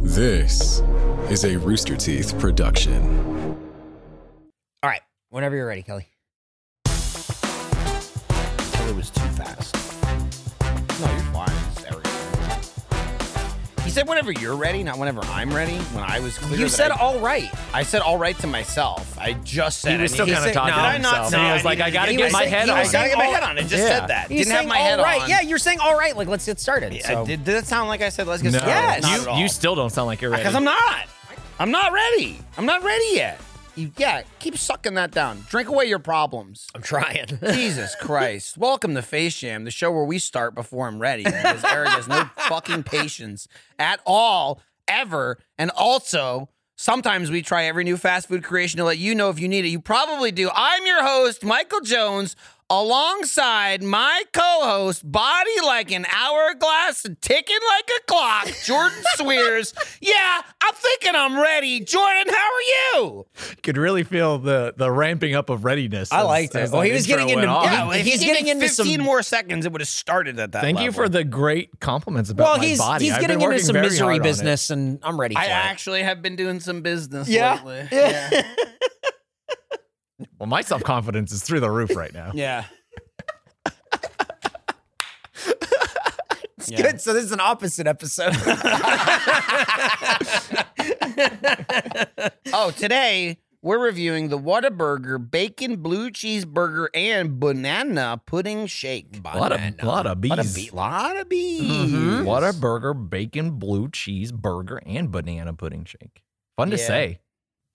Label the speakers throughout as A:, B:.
A: This is a Rooster Teeth production.
B: All right, whenever you're ready, Kelly.
C: Until it was too fast. No, you're fine. It's everything. He said whenever you're ready, not whenever I'm ready. When I was clear,
B: you
C: that
B: said
C: I,
B: all right.
C: I said all right to myself. I just said
D: He was
C: I
D: still
C: need-
D: kind of
B: said-
D: talking
C: no,
D: to
C: did I not
D: himself.
C: say
D: he
C: I
D: was like,
C: needed
D: I
C: to
D: got to
B: get-
D: get
B: he
D: my
B: was-
D: head
B: he
D: on.
C: I
B: was
C: gotta
B: saying
C: get my
B: all-
C: head on. I just
D: Yeah.
C: said that.
B: You
C: Didn't have
B: sang
C: my
B: all
C: head
B: right.
C: on.
B: Yeah, you're saying all right. Like let's get started.
C: I-
B: so
C: did, did it sound like I said let's get
D: No.
C: started?
B: Yes.
C: Not at
D: You,
C: all.
D: you still don't sound like you're ready.
C: Because I'm not. I'm not ready. I'm not ready yet. You, yeah, keep sucking that down. Drink away your problems.
D: I'm trying.
C: Jesus Christ. Welcome to Face Jam, the show where we start before I'm ready because Eric has no fucking patience at all, ever. And also, sometimes we try every new fast food creation to let you know if you need it. You probably do. I'm your host, Michael Jones, alongside my co host, body like an hourglass and ticking like a clock, Jordan Swears. Yeah, I'm thinking I'm ready. Jordan, how are you?
D: Could really feel the the ramping up of readiness.
B: I
D: as-
B: liked it.
D: as
B: Well,
D: that
B: he was
D: intro
B: getting into-
D: went on.
B: Yeah,
C: Oh, if
B: He's
C: he gave
B: getting
C: me
B: into some-
C: 15 more seconds, it would have started at that
D: Thank you
C: level.
D: for the great compliments about
B: well,
D: my
B: he's
D: body.
B: he's
D: I've
B: getting
D: been
B: into
D: working
B: some
D: very
B: misery
D: hard on it.
B: business, and I'm ready for
C: I
B: it.
C: actually have been doing some business
B: Yeah.
C: lately. Yeah.
D: Well, my self confidence is through the roof right now.
C: yeah.
B: It's good. So this is an opposite episode.
C: Oh, today we're reviewing the Whataburger Bacon Blue Cheeseburger and Banana Pudding Shake.
D: A lot of lot of bees.
C: Lot of, be- lot
B: Mm-hmm.
C: of bees.
D: What a burger, bacon, blue cheese, burger, and banana pudding shake. Fun to
C: Yeah.
D: say.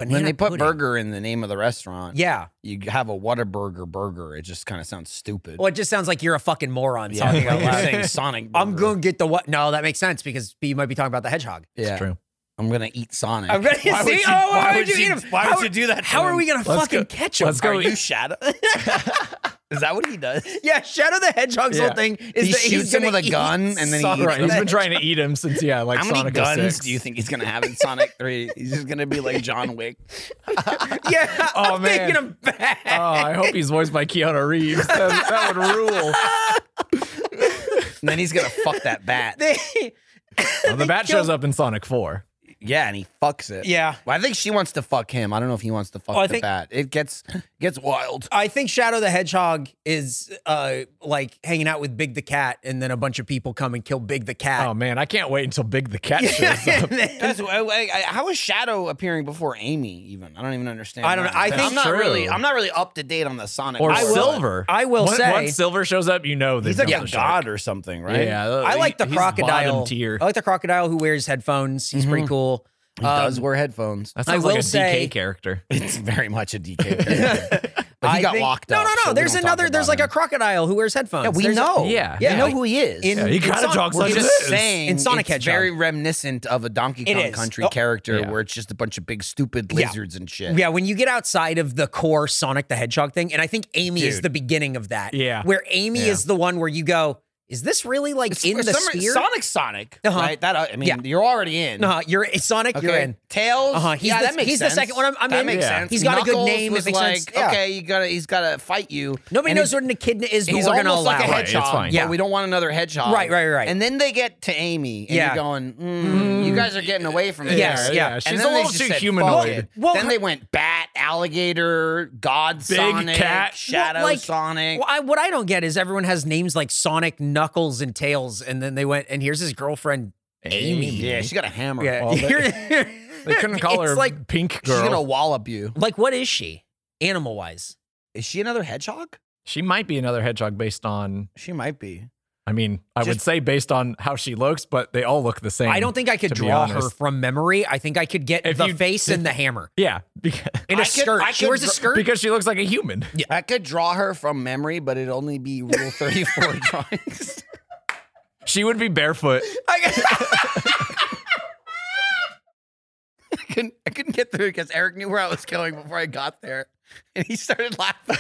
C: When they put
B: pudding.
C: burger in the name of the restaurant,
B: Yeah.
C: you have a Whataburger burger. It just kind of sounds stupid.
B: Well, it just sounds like you're a fucking moron
C: Yeah,
B: talking out
C: like you're
B: loud.
C: saying Sonic.
B: I'm
C: burger.
B: going to get the what? No, that makes sense because you might be talking about the hedgehog.
C: Yeah,
D: True.
C: I'm gonna eat Sonic.
B: I'm ready to
C: Why would
B: see.
C: you-
B: oh, why, would you, eat
C: you-
B: him?
C: Why
B: How
C: would
B: are-
C: you do that? to
B: How are
C: him?
B: we gonna
D: Let's
B: fucking
D: go-
B: catch him?
D: let's go
B: Are you-
D: eat-
C: shadow? Is that what he does?
B: yeah, Shadow the Hedgehog's
D: Yeah.
B: whole thing is
C: He
B: that
C: shoots
B: he's
C: him
B: gonna
C: with a
B: eat
C: gun and then he
B: Sonic
C: eats
D: Right. He's
B: the
D: been trying to eat him since yeah, like
C: How many
D: Sonic
C: guns
D: 06.
C: do you think he's gonna have in Sonic Three? He's just gonna be like John Wick.
B: Yeah,
D: Oh,
B: I'm
D: man.
B: thinking I'm
D: Oh,
C: Uh,
B: back.
D: I hope he's voiced by Keanu Reeves. That, that would rule.
C: And then he's gonna fuck that bat.
B: They-
D: Well, the bat
B: killed-
D: shows up in Sonic 4.
C: Yeah, and he fucks it.
B: yeah,
C: Well, I think she wants to fuck him. I don't know if he wants to fuck
B: Oh, I
C: the
B: think-
C: bat. It gets gets wild.
B: I think Shadow the Hedgehog is uh like hanging out with Big the Cat, and then a bunch of people come and kill Big the
D: Oh
B: Cat.
D: man, I can't wait until Big the Cat shows up.
B: And then-
C: That's- I- I- I- how is Shadow appearing before Amy? Even I don't even understand.
B: I don't know.
C: that.
B: I
C: I'm
B: think-
C: not
D: True.
C: really. I'm not really up to date on the Sonic.
D: Or
C: lore.
D: Silver.
B: I will
D: Once-
B: say-
D: once Silver shows up, you know that
C: He's like
D: jumped
C: a
D: the shark.
C: god or something, right?
D: Yeah,
B: I like the
D: he's
B: crocodile. Uh,
D: Bottom tier.
B: I like the crocodile who wears headphones. He's pretty cool.
C: Mm-hmm.
B: Um,
C: He does wear headphones.
D: That
B: I
D: sounds like
B: will
D: a
B: say-
D: DK character.
C: It's very much a DK. character. but he
B: I
C: got
B: think-
C: locked
B: No,
C: up.
B: no, no.
C: so we
B: there's
C: don't talk
B: another.
C: about
B: There's like
C: him.
B: a crocodile who wears headphones.
C: Yeah, we
B: There's a-
C: know.
D: Yeah.
C: we
B: Yeah.
C: know who he is.
B: In-
D: Yeah, he
B: it's
D: kind of
B: on-
D: talks
C: We're
D: like
C: just
D: this.
C: saying
B: In Sonic
C: it's
B: Hedgehog.
C: very reminiscent of a Donkey
B: It
C: Kong
B: is.
C: Country
B: Oh.
C: character
D: Yeah.
C: where it's just a bunch of big stupid
B: Yeah.
C: lizards and shit.
B: Yeah, when you get outside of the core Sonic the Hedgehog thing, and I think Amy is
C: Dude.
B: the beginning of that.
D: Yeah.
B: Where Amy is the one where you go, is this really like in the
C: Summer-
B: sphere?
C: Sonic Sonic,
B: Uh-huh.
C: right? That uh, I mean,
B: Yeah.
C: you're already in.
B: No, you're it's Sonic,
C: Okay.
B: you're in.
C: Tails.
B: Uh-huh. He's
C: yeah,
B: the-
C: that makes
B: he's the
C: sense.
B: second one I'm- I'm
C: that
B: in.
C: Makes
D: Yeah.
C: sense.
B: He's got a good
C: Knuckles
B: name, it
C: Was
B: makes
C: like,
B: sense. Yeah.
C: okay, you gotta, he's gotta fight you.
B: Nobody
C: And
B: knows
C: he's-
B: what an echidna is, but
C: He's
B: we're gonna
C: almost
B: allow
C: like a
B: it.
D: Right, it's
C: hedgehog.
D: fine.
C: Yeah,
B: Yeah.
C: we don't want another hedgehog.
B: Right, right, right.
C: And then they get to Amy, and
B: Yeah.
C: you're going, mm, "You guys are getting away from
B: Yes,
C: there.
B: yeah.
D: She's
C: And
D: a
C: then they
D: little
C: just
D: too
C: said,
D: humanoid.
C: "Fuck it."
B: Well,
C: then they went bat, alligator, god,
D: Big
C: Sonic,
D: cat.
C: shadow,
B: Well, like-
C: Sonic.
B: Well, I, what I don't get is everyone has names like Sonic, Knuckles, and Tails, and then they went, and here's his girlfriend, Amy.
C: Yeah, she got a hammer.
B: Yeah.
D: Well, they- They couldn't call
B: it's
D: her
B: like,
D: Pink
C: She's
D: Girl.
C: gonna wallop you.
B: like, what is she? Animal wise.
C: Is she another hedgehog?
D: She might be another hedgehog based on.
C: She might be.
D: I mean, I would
B: Just-
D: say based on how she looks, but they all look the same.
B: I don't think I could
D: to be
B: draw her
D: honest.
B: from memory. I think I could get
D: If
B: the
D: you-
B: face and the hammer.
D: Yeah, because,
B: And a
C: I could-
B: skirt.
C: I
B: she
C: could
B: wears a
C: dra-
B: skirt.
D: because she looks like a human.
C: I could draw her from memory, but it'd only be Rule 34 drawings.
D: She would be barefoot.
C: I couldn't, I couldn't get through because Eric knew where I was going before I got there. And he started laughing.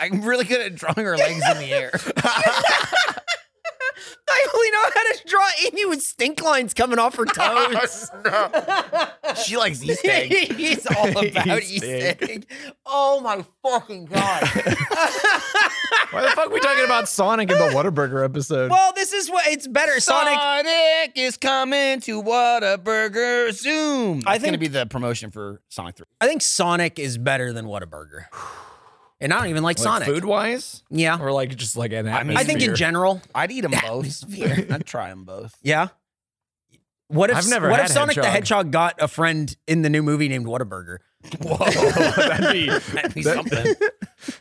C: I'm really good at drawing her legs in the air.
B: I only know how to draw Amy with stink lines coming off her toes.
D: She likes East egg.
B: He's all about
D: East
B: East
D: egg.
B: egg. Oh my fucking god!
D: Why the fuck are we talking about Sonic in the Whataburger episode?
B: well, this is what it's better. Sonic.
C: Sonic is coming to Whataburger soon. That's
B: I
C: going to
B: think-
C: be the promotion for Sonic 3.
B: I think Sonic is better than Whataburger. And I don't even like, Sonic.
D: Food wise?
C: Uh,
B: Yeah,
D: Or like just like an atmosphere?
B: I think in general.
C: I'd eat them both. I'd try them both.
B: Yeah. What if
D: I've never
B: what
D: had
B: if Sonic the
D: Hedgehog.
B: Hedgehog got a friend in the new movie named Whataburger?
D: that'd be,
C: That'd be
D: that-
C: something.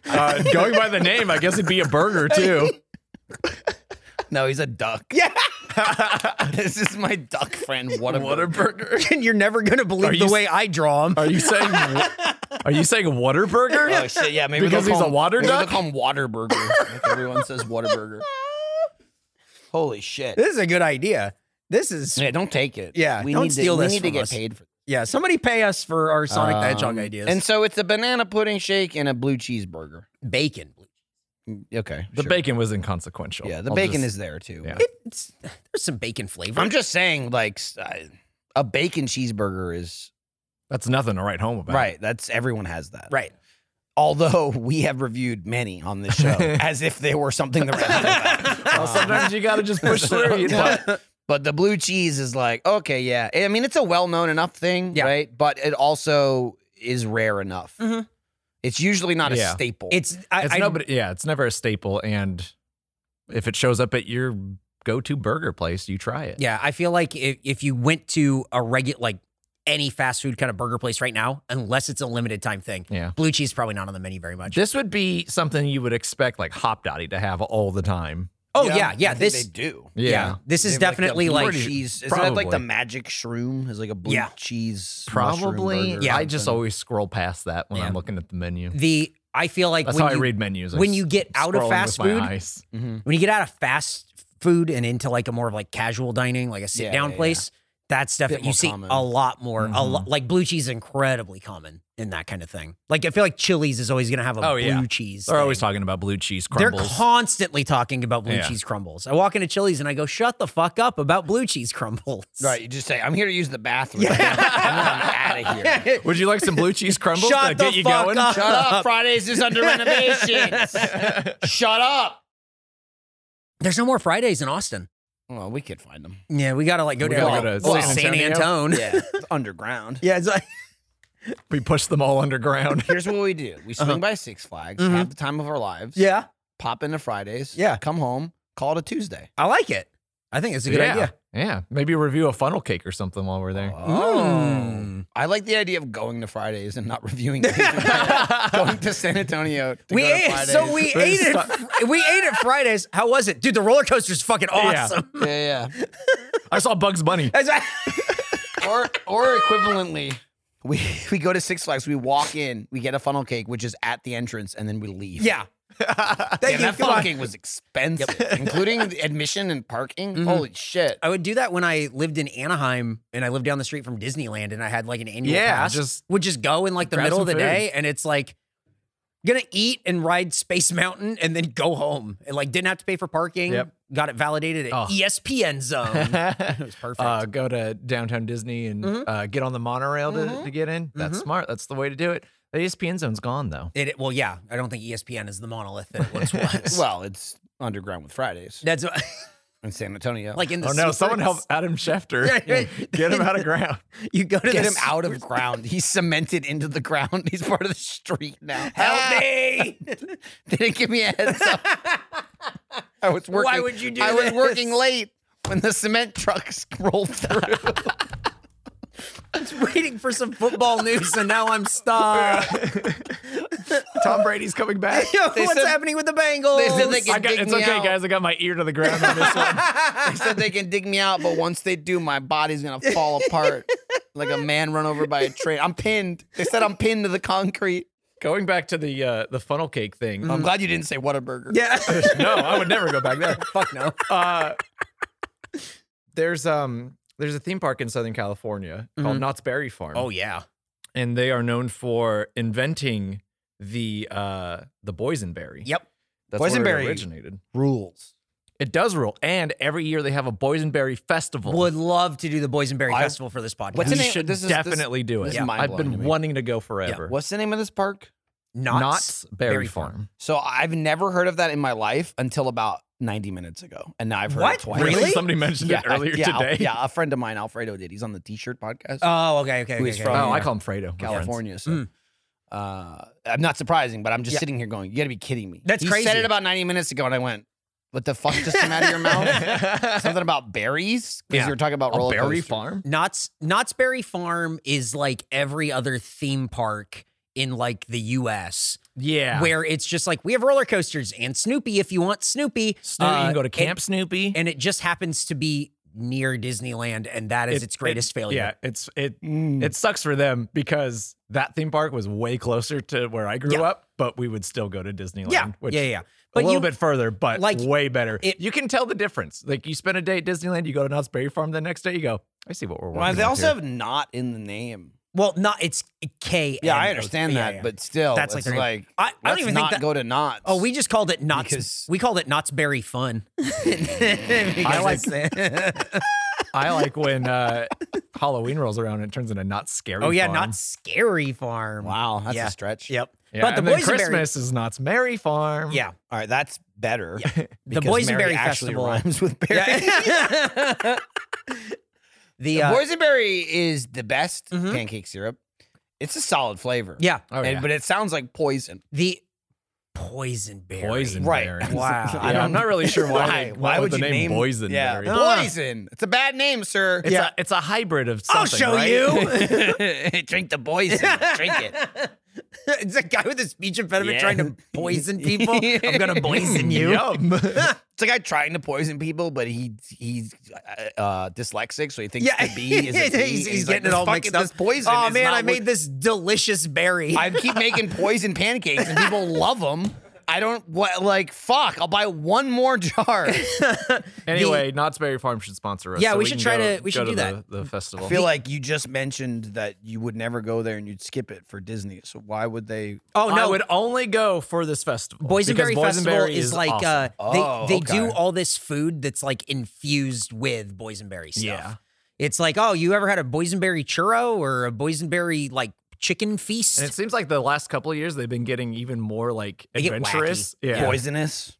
D: uh, going by the name, I guess it'd be a burger too.
C: No, he's a duck.
B: Yeah.
C: this is my duck friend. What a
D: Whataburger.
B: And you're never gonna
D: Are
B: believe
D: you
B: the
D: s-
B: way I draw him.
D: Are you saying Are you saying Whataburger?
C: Oh shit! Yeah, maybe
D: Because
C: they'll
D: he's
C: call
D: a
C: him-
D: water
C: maybe
D: duck?
C: They'll call him Waterburger. like everyone says Waterburger. Holy shit!
B: This is a good idea. This is
C: Yeah, don't take it.
B: Yeah,
C: we
B: don't
C: need
B: steal
C: to,
B: this
C: We need to
B: from
C: get
B: us.
C: paid for.
B: yeah. Somebody pay us for our Sonic the Hedgehog
C: Um,
B: ideas
C: And so it's a banana pudding shake and a blue cheeseburger. Mm,
B: bacon.
C: Okay,
D: The
C: sure.
D: bacon was inconsequential.
C: Yeah, the
D: I'll
C: bacon
D: just-
C: is there too.
D: Yeah.
B: It's, there's some bacon flavor.
C: I'm just saying, like s- I- a bacon cheeseburger is
D: that's nothing to write home about.
C: right. That's everyone has that.
B: right.
C: Although we have reviewed many on this show as if they were something to write home about.
D: Well, sometimes you gotta just push through. you know?
C: but, but the blue cheese is like, okay, yeah. I mean, it's a well known enough thing,
B: Yeah.
C: right? But it also is rare enough.
B: Mhm.
C: It's usually not
D: Yeah.
C: a staple.
B: It's I,
D: It's
B: I-
D: nobody. Yeah, it's never a staple. And if it shows up at your go-to burger place, you try it.
B: yeah. I feel like if, if you went to a regular like any fast food kind of burger place right now, unless it's a limited time thing,
D: Yeah.
B: blue cheese is probably not on the menu very much.
D: This would be something you would expect like Hop Dottie to have all the time.
B: oh yeah, yeah.
C: I think
B: this
C: they do.
B: yeah. This is definitely
C: the blue
B: like
C: cheese. Isn't that like the
D: probably.
C: magic shroom? Is like a blue
B: Yeah.
C: cheese. mushroom
D: Probably.
C: burger or
D: Yeah. I just
C: something.
D: always scroll past that when
B: Yeah.
D: I'm looking at the menu.
B: the I feel like
D: That's
B: when
D: how
B: you,
D: I read menus. I
B: when
D: s-
B: you get out of
D: scrolling
B: fast
D: with my
B: food-
D: eyes.
C: Mhm.
B: when you get out of fast food and into like a more of like casual dining, like a sit down
C: yeah, yeah.
B: place, that's definitely
C: more
B: you see
C: common.
B: a lot more. A
D: Mhm.
B: lot like blue cheese is incredibly common in that kind of thing. Like I feel like Chili's is always gonna have a
D: Oh,
B: blue
D: yeah.
B: cheese.
D: They're always
B: thing.
D: talking about blue cheese crumbles.
B: They're constantly talking about blue
D: Yeah.
B: cheese crumbles. I walk into Chili's and I go, "Shut the fuck up about blue cheese crumbles."
C: Right. You just say, I'm here to use the bathroom.
B: Yeah.
C: I'm out of here.
D: would you like some blue cheese crumbles
B: Shut
D: to
B: the
D: get you
B: fuck
D: going?
B: up.
C: Shut up. Fridays is under renovations. Shut up.
B: There's no more Fridays in Austin.
C: Well, we could find them.
B: Yeah, we gotta like go
D: We
B: down
D: gotta
B: like,
D: go to
B: like,
D: San
B: San
D: Antonio?
B: Antone.
C: Yeah. it's underground.
B: Yeah, it's like
D: We push them all underground.
C: Here's what we do: we swing
B: Uh-huh.
C: by Six Flags,
D: Mm-hmm.
B: Mhm.
C: have the time of our lives.
B: yeah.
C: Pop into Fridays.
B: Yeah.
C: Come home. Call it a Tuesday.
B: I like it. I think it's a good
D: yeah.
B: idea.
D: Yeah. Maybe review a funnel cake or something while we're there.
B: Mm.
C: I like the idea of going to Fridays and not reviewing. it. going to San Antonio. To
B: We
C: go to
B: ate
C: Fridays.
B: so we
D: There's
B: ate it. We ate it Fridays. How was it, dude? The roller coaster's fucking
D: Yeah.
B: awesome.
C: Yeah, yeah.
D: I saw Bugs Bunny.
B: That's right.
C: Or or equivalently. We, we go to Six Flags, we walk in, we get a funnel cake, which is at the entrance, and then we leave.
B: Yeah. Thank
C: And
B: you.
C: that
B: Come
C: funnel
B: on.
C: cake was expensive, including the admission and parking.
B: Mm-hmm.
C: Holy shit.
B: I would do that when I lived in Anaheim and I lived down the street from Disneyland and I had like an annual
D: Yeah,
B: pass.
D: just
B: would just go in like the
D: grab
B: middle of
D: some
B: the
D: food.
B: day and it's like gonna eat and ride Space Mountain and then go home. And like didn't have to pay for parking.
D: Yep.
B: Got it validated at E
D: Oh.
B: ESPN zone. it was perfect.
D: Uh, go to downtown Disney and
B: Mhm.
D: uh, get on the monorail to,
C: Mhm.
D: to get in. That's
B: Mhm.
D: smart. That's the way to do it. The E ESPN zone's gone though.
B: it, well, yeah, I don't think E ESPN is the monolith that it once was.
C: Well, it's underground with Fridays
B: That's what-
C: in San Antonio.
B: like in the
D: Oh no! Someone
B: super-
D: help Adam Schefter.
B: Yeah, right.
D: Get him out of ground.
B: You go to
C: get
B: the
C: him out of ground. He's cemented into the ground. He's part of the street now.
B: Help me!
C: They didn't give me a heads up. I was working.
B: Why would you do
C: I was
B: this?
C: working late when the cement trucks rolled through.
B: Waiting for some football news, and now I'm stuck.
D: Tom Brady's coming back.
B: Yo,
C: They
B: what's
C: said-
B: happening with the Bengals?
C: they said they could-
D: I got,
C: dig
D: it's
C: me
D: okay,
C: out.
D: guys. I got my ear to the ground on this one.
C: they said they can dig me out, but once they do, my body's gonna fall apart like a man run over by a train. I'm pinned. They said I'm pinned to the concrete.
D: Going back to the uh, the funnel cake thing.
B: Mm-hmm.
D: Um,
C: I'm glad you didn't say Whataburger.
B: yeah.
D: no, I would never go back there.
B: Fuck no.
D: Uh, there's um there's a theme park in Southern California called
C: Mm-hmm.
B: Mhm.
D: Knott's Berry Farm.
B: Oh yeah.
D: and they are known for inventing the uh the boysenberry.
B: Yep.
D: That's where it
C: Boysenberry.
D: originated.
C: Rules.
D: It does rule. And every year they have a boysenberry festival.
B: Would love to do the Boysenberry
C: I-
B: Festival for this podcast.
C: What's
D: we
C: the name-
D: should
C: this is- this-
D: definitely do
C: this
D: it.
C: is
D: I've
C: mind-blowing to
D: been
C: me.
D: wanting to go forever.
C: What's the name of this park?
B: Knott's,
D: Knott's Berry, Farm.
C: So I've never heard of that in my life until about 90 minutes ago. And now I've heard
B: What?
C: it twice.
B: Really?
D: Somebody mentioned
C: Yeah,
D: it earlier
C: yeah,
D: today.
C: Yeah, a friend of mine, Alfredo, did. He's on the T-shirt podcast,
B: Oh, okay, okay.
C: Who
B: okay,
C: is
B: okay.
C: from-
D: Oh,
C: Yeah.
D: I call him Fredo. my friends.
C: California. So,
B: Mm.
C: uh, I'm not surprising, but I'm just
B: Yeah.
C: sitting here going, "You got to be kidding me."
B: That's
C: he
B: crazy.
C: said it about 90 minutes ago, and I went, "What the fuck just came out of your mouth?" Something about berries because
B: Yeah.
C: you were talking about
D: A
C: roller
D: berry
C: coasters.
D: farm?
B: Knott's Knott's Berry Farm is like every other theme park in like the U.S.
D: Yeah.
B: where it's just like we have roller coasters and Snoopy if you want Snoopy.
D: Snoopy, you
B: Uh,
D: can go to Camp
B: And,
D: Snoopy.
B: and it just happens to be near Disneyland, and that is
D: It-
B: its greatest
D: it-
B: failure.
D: Yeah, it's it
C: Mm.
D: it sucks for them because that theme park was way closer to where I grew
B: Yeah.
D: up, but we would still go to Disneyland.
B: yeah,
D: which
B: yeah, yeah.
D: a little bit further, but
B: like,
D: like way better.
B: it-
D: you can tell the difference. Like you spend a day at Disneyland, you go to Knott's Berry Farm the next day, you go, I see what we're working
C: Well, they
D: with
C: also
D: here.
C: have "not" in the name.
B: Well, not it's K.
C: Yeah, I understand that, but still,
B: That's
C: that's
B: like
C: like,
B: their
C: it's
B: name.
C: like
B: I- I don't
C: let's
B: even think
C: not
B: that-
C: go to knots.
B: oh, we just called it Knott's.
C: Because-
B: we called it Knott's Berry Fun. I
D: like- I like when uh, Halloween rolls around and it turns into not scary.
B: Oh yeah,
D: farm.
B: not scary farm.
C: wow, that's
B: Yeah.
C: a stretch.
B: Yep.
D: Yeah,
B: but the
D: and then
B: boysenberry.
D: Christmas is Knott's Berry Farm.
B: Yeah.
C: All right, that's better.
B: The
C: because
B: Boysenberry
C: Mary actually
B: Festival.
C: rhymes with berry.
B: Yeah. the uh,
C: Boysenberry is the best
B: Mhm.
C: pancake syrup. It's a solid flavor.
B: yeah
D: Oh,
C: And-
D: yeah.
C: but it sounds like poison.
B: the poison berry.
D: Poison
C: Right.
D: berry.
B: Wow.
D: Yeah, I'm not really sure why.
C: Why?
D: they-
C: Why
D: the
C: would you
D: name
C: name-
D: Boysenberry?
C: Yeah,
B: Ah.
C: poison. It's a bad name, sir.
D: It's, a, it's a hybrid of something.
B: I'll show
D: right?
B: you.
C: Drink the poison. Drink it.
B: it's a guy with a speech impediment
C: Yeah.
B: trying to poison people. I'm gonna poison you.
D: Yum.
C: It's a guy trying to poison people, but he he's uh, uh, dyslexic, so he thinks
B: Yeah.
C: the bee is a
B: He's-
C: bee. and
B: he's getting it
C: "This
B: all
C: fucking-
B: mixed up."
C: This poison.
B: Oh
C: is
B: man,
C: not
B: I
C: wor-
B: made this delicious berry.
C: I keep making poison pancakes and people love them. I don't what like fuck. I'll buy one more jar. I
D: anyway, Knott's Berry Farm should sponsor us.
B: Yeah,
D: so
B: we should
D: can
B: try
D: go-
B: to- we
D: go
B: should do
D: the-
B: that.
D: The, festival.
C: feel like you just mentioned that you would never go there and you'd skip it for Disney. So why would they?
B: oh
D: I
B: no,
D: would only go for this festival.
B: Boysenberry
D: because
B: Festival
D: Boysenberry
B: is, like
D: awesome.
B: uh,
C: Oh,
B: they they
C: okay.
B: do all this food that's like infused with boysenberry stuff.
D: Yeah.
B: It's like, oh, you ever had a boysenberry churro or a boysenberry like chicken feast?
D: and it seems like the last couple of years they've been getting even more like
B: They get wacky.
D: adventurous. Yeah.
C: Poisonous.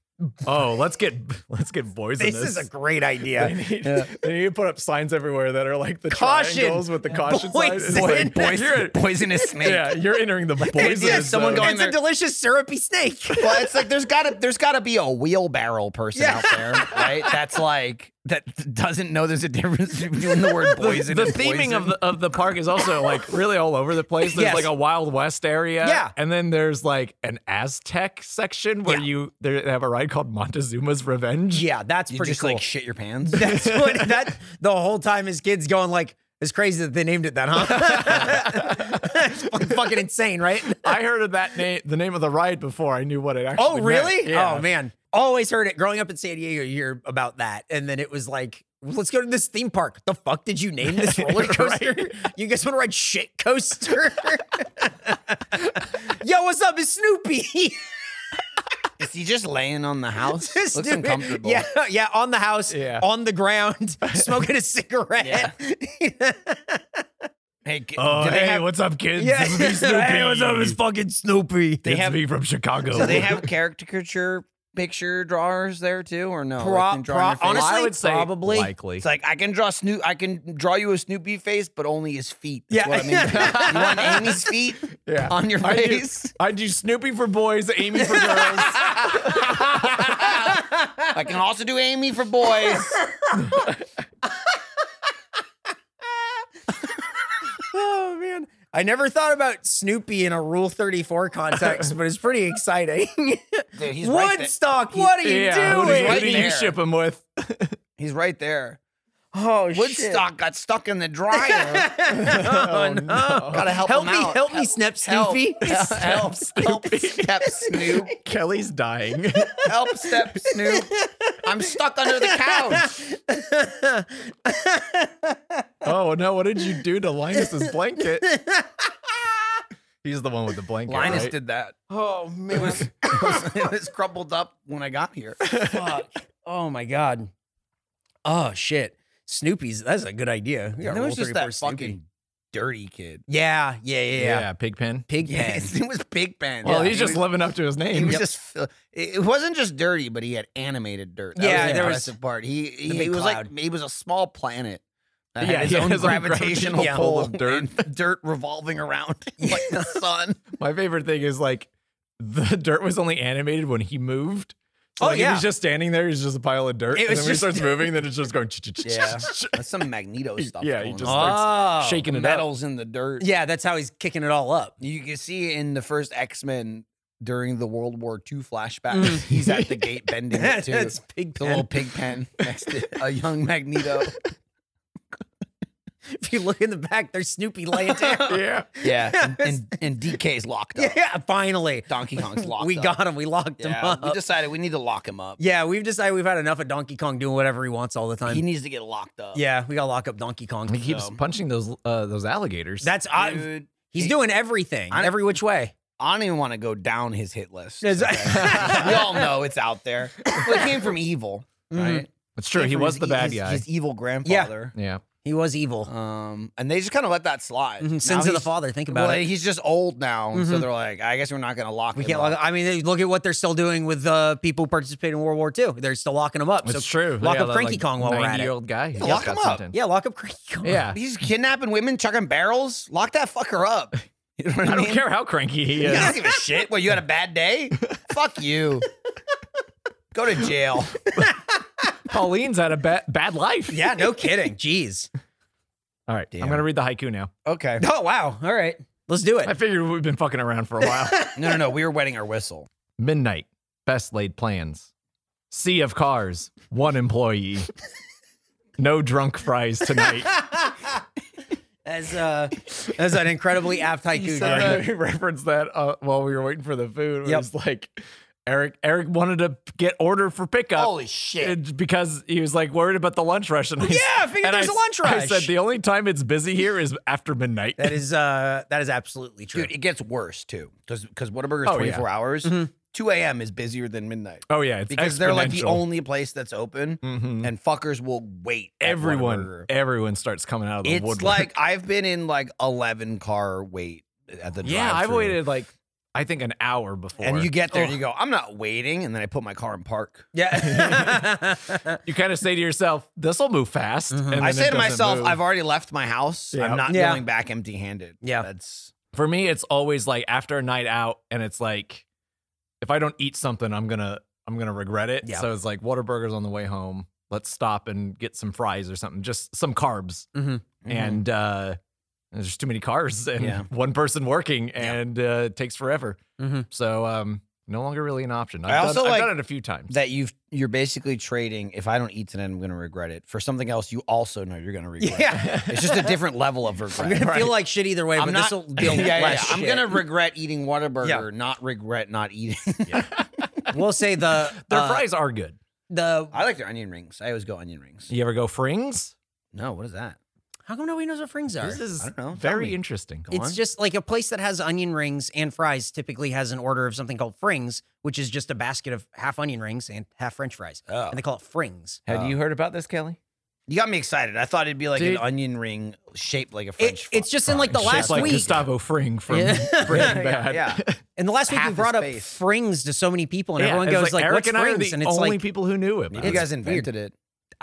D: Oh, let's get let's get boys.
B: this
D: in this
B: is a great
D: They
B: idea.
D: need, they need to put up signs everywhere that are like the
B: Caution!
D: triangles with the caution sign. It's
B: Poison.
D: like,
B: Boy-
D: you're,
C: Poisonous snake.
D: yeah, you're entering the boys.
B: yeah, someone
C: going
B: it's a
C: there-
B: delicious syrupy snake.
C: Well, it's like there's gotta there's gotta be a wheelbarrow person out there, right? That's like that doesn't know there's a difference between the word poison.
D: the
C: and
D: theming of
C: poison.
D: the of the park is also like really all over the place. There's
B: Yes.
D: like a Wild West area,
B: Yeah.
D: and then there's like an Aztec section where
B: Yeah.
D: you there, they have a ride called Montezuma's Revenge.
B: yeah, that's
C: you
B: pretty
C: just
B: cool.
C: like shit your pants.
B: that's what that the whole time his kids going like, it's crazy that they named it that, huh? it's fucking insane, right?
D: I heard of that name, the name of the ride before I knew what it actually.
B: Oh, really?
D: meant. Yeah.
B: Oh man. Always heard it growing up in San Diego, you hear about that. And then it was like, let's go to this theme park. The fuck did you name this roller coaster? You guys want to ride shit coaster? Yo, what's up? It's Snoopy.
C: Is he just laying on the house?
B: It's
C: Looks
B: Snoopy.
C: uncomfortable.
B: Yeah, yeah, on the house,
D: Yeah.
B: on the ground, smoking a cigarette.
C: Hey, g-
D: Oh,
C: do they
D: hey,
C: have,
D: what's up, kids?
B: Yeah.
D: This is me, Snoopy.
B: Hey, what's up? It's fucking Snoopy.
D: It's
C: have-
D: me from Chicago.
C: do they have caricature picture drawers there too, or no?
B: Pro-
C: Like, can draw on
B: pro-
C: your face?
B: honestly,
D: I would say
B: probably.
D: likely.
C: it's like I can draw Snoop. I can draw you a Snoopy face, but only his feet. That's
B: Yeah.
C: what I mean. you want Amy's feet
D: Yeah.
C: on your
D: I do-
C: face?
D: I do Snoopy for boys, Amy for girls.
C: I can also do Amy for boys.
B: Oh man. I never thought about Snoopy in a Rule 34 context, but it's pretty exciting.
C: Dude, he's right there.
B: Woodstock, what are you
D: yeah, who do
B: doing?
D: you- who do you
C: there.
D: ship him with?
C: He's right there.
B: Oh,
C: Woodstock got stuck in the dryer.
B: oh, no.
C: Gotta help
B: help
C: him
B: me,
C: out.
B: help me, Snap
C: Help.
B: Snoopy.
C: Help, help, help, step Snoop.
D: Kelly's dying.
C: Help, step Snoop. I'm stuck under the couch.
D: oh no, what did you do to Linus's blanket? He's the one with the blanket.
C: Linus
D: right?
C: did that.
B: oh
C: It
B: man.
C: was, it was crumpled up when I got here.
B: Oh my god. Oh shit. Snoopy's. That's a good idea. We gotta
C: And there
B: roll
C: was just
B: 34
C: that
B: Snoopy.
C: fucking dirty kid.
B: Yeah, yeah, yeah, yeah.
D: Pigpen.
B: Pig
C: Yeah,
B: pen.
C: his name was Pigpen.
D: Well,
C: Yeah,
D: he's
C: he
D: just
C: was,
D: living up to his
C: he
D: name.
C: was just fil- it it wasn't just dirty, but he had animated dirt. That
B: Yeah,
C: was the
B: there was-
C: impressive part. He he,
B: big
C: he was
B: cloud.
C: like he was a small planet. That
D: Yeah,
C: had his
D: he had
C: own
D: his own
C: gravitational
B: gravitational
C: pull
D: pull of dirt.
C: and the dirt revolving around like the sun.
D: My favorite thing is like the dirt was only animated when he moved. So,
B: Oh,
D: like,
B: yeah.
D: If he's just standing there. He's just a pile of dirt.
B: It
D: and
B: was
D: then when he
B: just-
D: starts moving, then it's just going.
C: Yeah. That's some Magneto stuff.
D: Yeah, he
C: going
D: just
C: on.
D: like
B: Oh.
D: shaking it up.
C: Ah, metals in the dirt.
B: Yeah, that's how he's kicking it all up.
C: You can see in the first X Men during the World War II flashbacks,
D: Mm.
C: he's at the gate bending it too.
B: that's pig
C: the little
B: pen.
C: pig pen next to a young Magneto.
B: If you look in the back, there's Snoopy laying down.
D: Yeah.
C: Yeah, and, and, and DK's locked up.
B: yeah, finally.
C: Donkey Kong's locked
B: we
C: up.
B: got him. We locked him
C: Yeah,
B: up.
C: we decided we need to lock him up.
B: yeah, we've decided we've had enough of Donkey Kong doing whatever he wants all the time.
C: He needs to get locked up.
B: yeah, we gotta lock up Donkey Kong.
D: He keeps
C: Um,
D: punching those uh, those alligators.
B: That's I,
C: Dude,
B: he's
C: he-
B: doing everything,
C: I-
B: every which way.
C: I don't even want to go down his hit list.
B: Is-
C: okay? we all know it's out there. Well, it came from evil,
B: Mm-hmm.
C: right?
D: That's true. He
C: Came from
D: was
C: his- e-,
D: the bad
C: his-
D: guy.
C: His evil grandfather.
D: yeah.
B: He was evil.
C: Um, and they just kind of let that slide.
B: Mhm,
C: Now
B: Sins of Uh, the
C: he's-
B: father. Think about
C: Well,
B: it.
C: he's just old now, so
B: Mhm.
C: they're like, I guess we're not gonna lock.
B: We
C: him
B: can't
C: up.
B: lock. I mean, they- look at what they're still doing with uh, people who participated in World War II. They're still locking them up.
D: It's
B: so
D: true.
B: Lock
D: yeah,
B: up Cranky Kong while we're at it.
D: old guy. who
C: Yeah, lock
D: just
C: him
D: got
C: up.
D: sent in.
B: Yeah, lock up Cranky Kong.
D: Yeah.
C: He's kidnapping women, chucking barrels. Lock that fucker up. You know what I,
D: I don't
C: mean?
D: care how cranky he
C: You
D: is.
C: don't give a shit. Well, you had a bad day. Fuck you. Go to jail.
D: Pauline's had a ba- bad life.
B: Yeah, no kidding. Jeez.
D: All right.
C: Damn.
D: I'm gonna read the haiku now.
C: Okay.
B: Oh wow. All right. Let's do
D: I
B: it.
D: figured we've been fucking around for a while.
C: No, no, no. We were wetting our whistle.
D: Midnight. Best laid plans. Sea of cars. One employee. No drunk fries tonight.
B: As uh as an incredibly apt haiku. Jordan.
D: Sorry, we referenced that uh, while we were waiting for the food. It
B: Yep.
D: was like Eric. Eric wanted to get order for pickup.
C: shit.
D: It's because he was like worried about the lunch rush. And I, s-
B: Yeah, I figured
D: and
B: there's
D: I
B: a lunch
D: s- I
B: rush.
D: said the only time it's busy here is after midnight.
B: That is uh that is absolutely true.
C: Dude, it gets worse too. Because because Whataburger is
D: Oh, yeah.
C: 24 hours. 2 a.m. is busier than midnight.
D: oh yeah, it's
C: Because they're like the
D: exponential.
C: only place that's open
D: Mhm.
C: and fuckers will wait. at
D: Everyone,
C: Whataburger.
D: everyone starts coming out of the
C: It's
D: woodwork.
C: like I've been in like 11 car wait at the
D: yeah, I've
C: drive-thru.
D: waited like I think an hour before.
C: And you get there and you go, I'm not waiting. And then I put my car in park.
B: yeah.
D: you kind of say to yourself, "This will move fast."
B: Mhm.
D: and
C: Mm-hmm. I
D: then
C: say to
D: it doesn't
C: myself,
D: move.
C: I've already left my house.
D: Yeah.
C: I'm not
B: Yeah.
C: going back empty handed.
B: Yeah.
C: That's
D: For me, it's always like after a night out, and it's like if I don't eat something, I'm gonna I'm gonna regret it.
B: Yeah.
D: So it's like Whataburger's on the way home. Let's stop and get some fries or something, just some carbs.
B: Mhm.
D: And uh, there's too many cars and
C: Mm-hmm. Yeah. Mm-hmm.
D: one person working, and uh, it takes forever.
B: Mhm.
D: So um, no longer really an option. I've,
C: I
D: done,
C: also
D: I've
C: like
D: done it a few times.
C: that you've you're basically trading if I don't eat tonight, I'm gonna regret it. For something else you also know you're gonna regret.
B: Yeah.
C: It's just a different level of regret.
B: I'm gonna feel like shit either way,
C: I'm
B: but
C: not,
B: this will be a
C: yeah, yeah,
B: less
C: yeah. I'm
B: shit.
C: gonna regret eating Whataburger,
B: Yeah.
C: not regret not eating.
B: We'll say the
D: Their
B: uh,
D: fries are good.
B: the
C: I like their onion rings. I always go onion rings.
D: You ever go frings?
C: No, what is that?
B: how come nobody knows what frings are?
D: This is
C: I don't know. Tell
D: very
C: me.
D: interesting.
C: Go
B: It's
C: on.
B: just like a place that has onion rings and fries typically has an order of something called frings, which is just a basket of half onion rings and half french fries.
C: Oh.
B: And they call it frings.
C: Had you
D: heard about this, Kelly?
C: You got me excited. I thought it'd be like
D: Dude.
C: an onion ring shaped like a
B: It,
C: French.
B: it's
C: fry.
B: just in like the
D: Shaped
B: last
D: like
B: week.
D: Gustavo Fring from
B: Yeah.
D: Breaking
C: Yeah,
D: Bad.
C: yeah.
B: And the last week we
C: half
B: brought
C: his
B: up
C: face.
B: frings to so many people, and
D: Yeah,
B: everyone
D: it's
B: goes like,
D: Eric
B: "What's
D: and I are
B: frings?"
D: the
B: And it's
D: only
B: like,
D: people who knew it.
C: you guys invented it.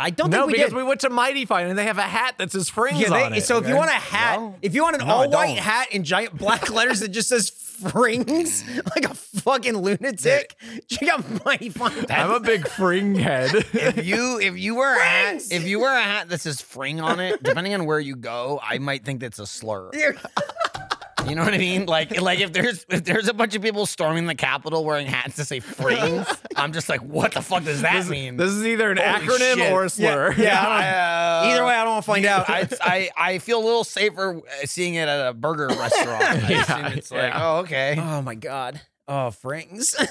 B: I don't
D: no,
B: think we
D: because
B: did.
D: we went to Mighty Fine and they have a hat that says Frings
B: yeah, they-
D: on it.
B: so if you want a hat,
C: Well,
B: if you want an
D: I
B: all-white
D: don't.
B: hat in giant black letters that just says frings, like a fucking lunatic, check out Mighty Fine.
D: I'm a big Fring head.
C: if you if you wear a hat,
B: Frings!
C: if you wear a hat that says "fring" on it, depending on where you go, I might think that's a slur. You know what I mean? Like like if there's if there's a bunch of people storming the Capitol wearing hats that say "fring," I'm just like, what the fuck does that
D: this,
C: mean?
D: this is either an
C: Holy
D: acronym
C: shit.
D: or a slur.
C: yeah, I, uh,
B: Either way, I don't want to find out.
C: I, I I feel a little safer uh, seeing it at a burger restaurant. I
D: Yeah,
C: assume it's like,
D: yeah. Uh,
C: oh okay.
B: Oh my god. Oh, Frings.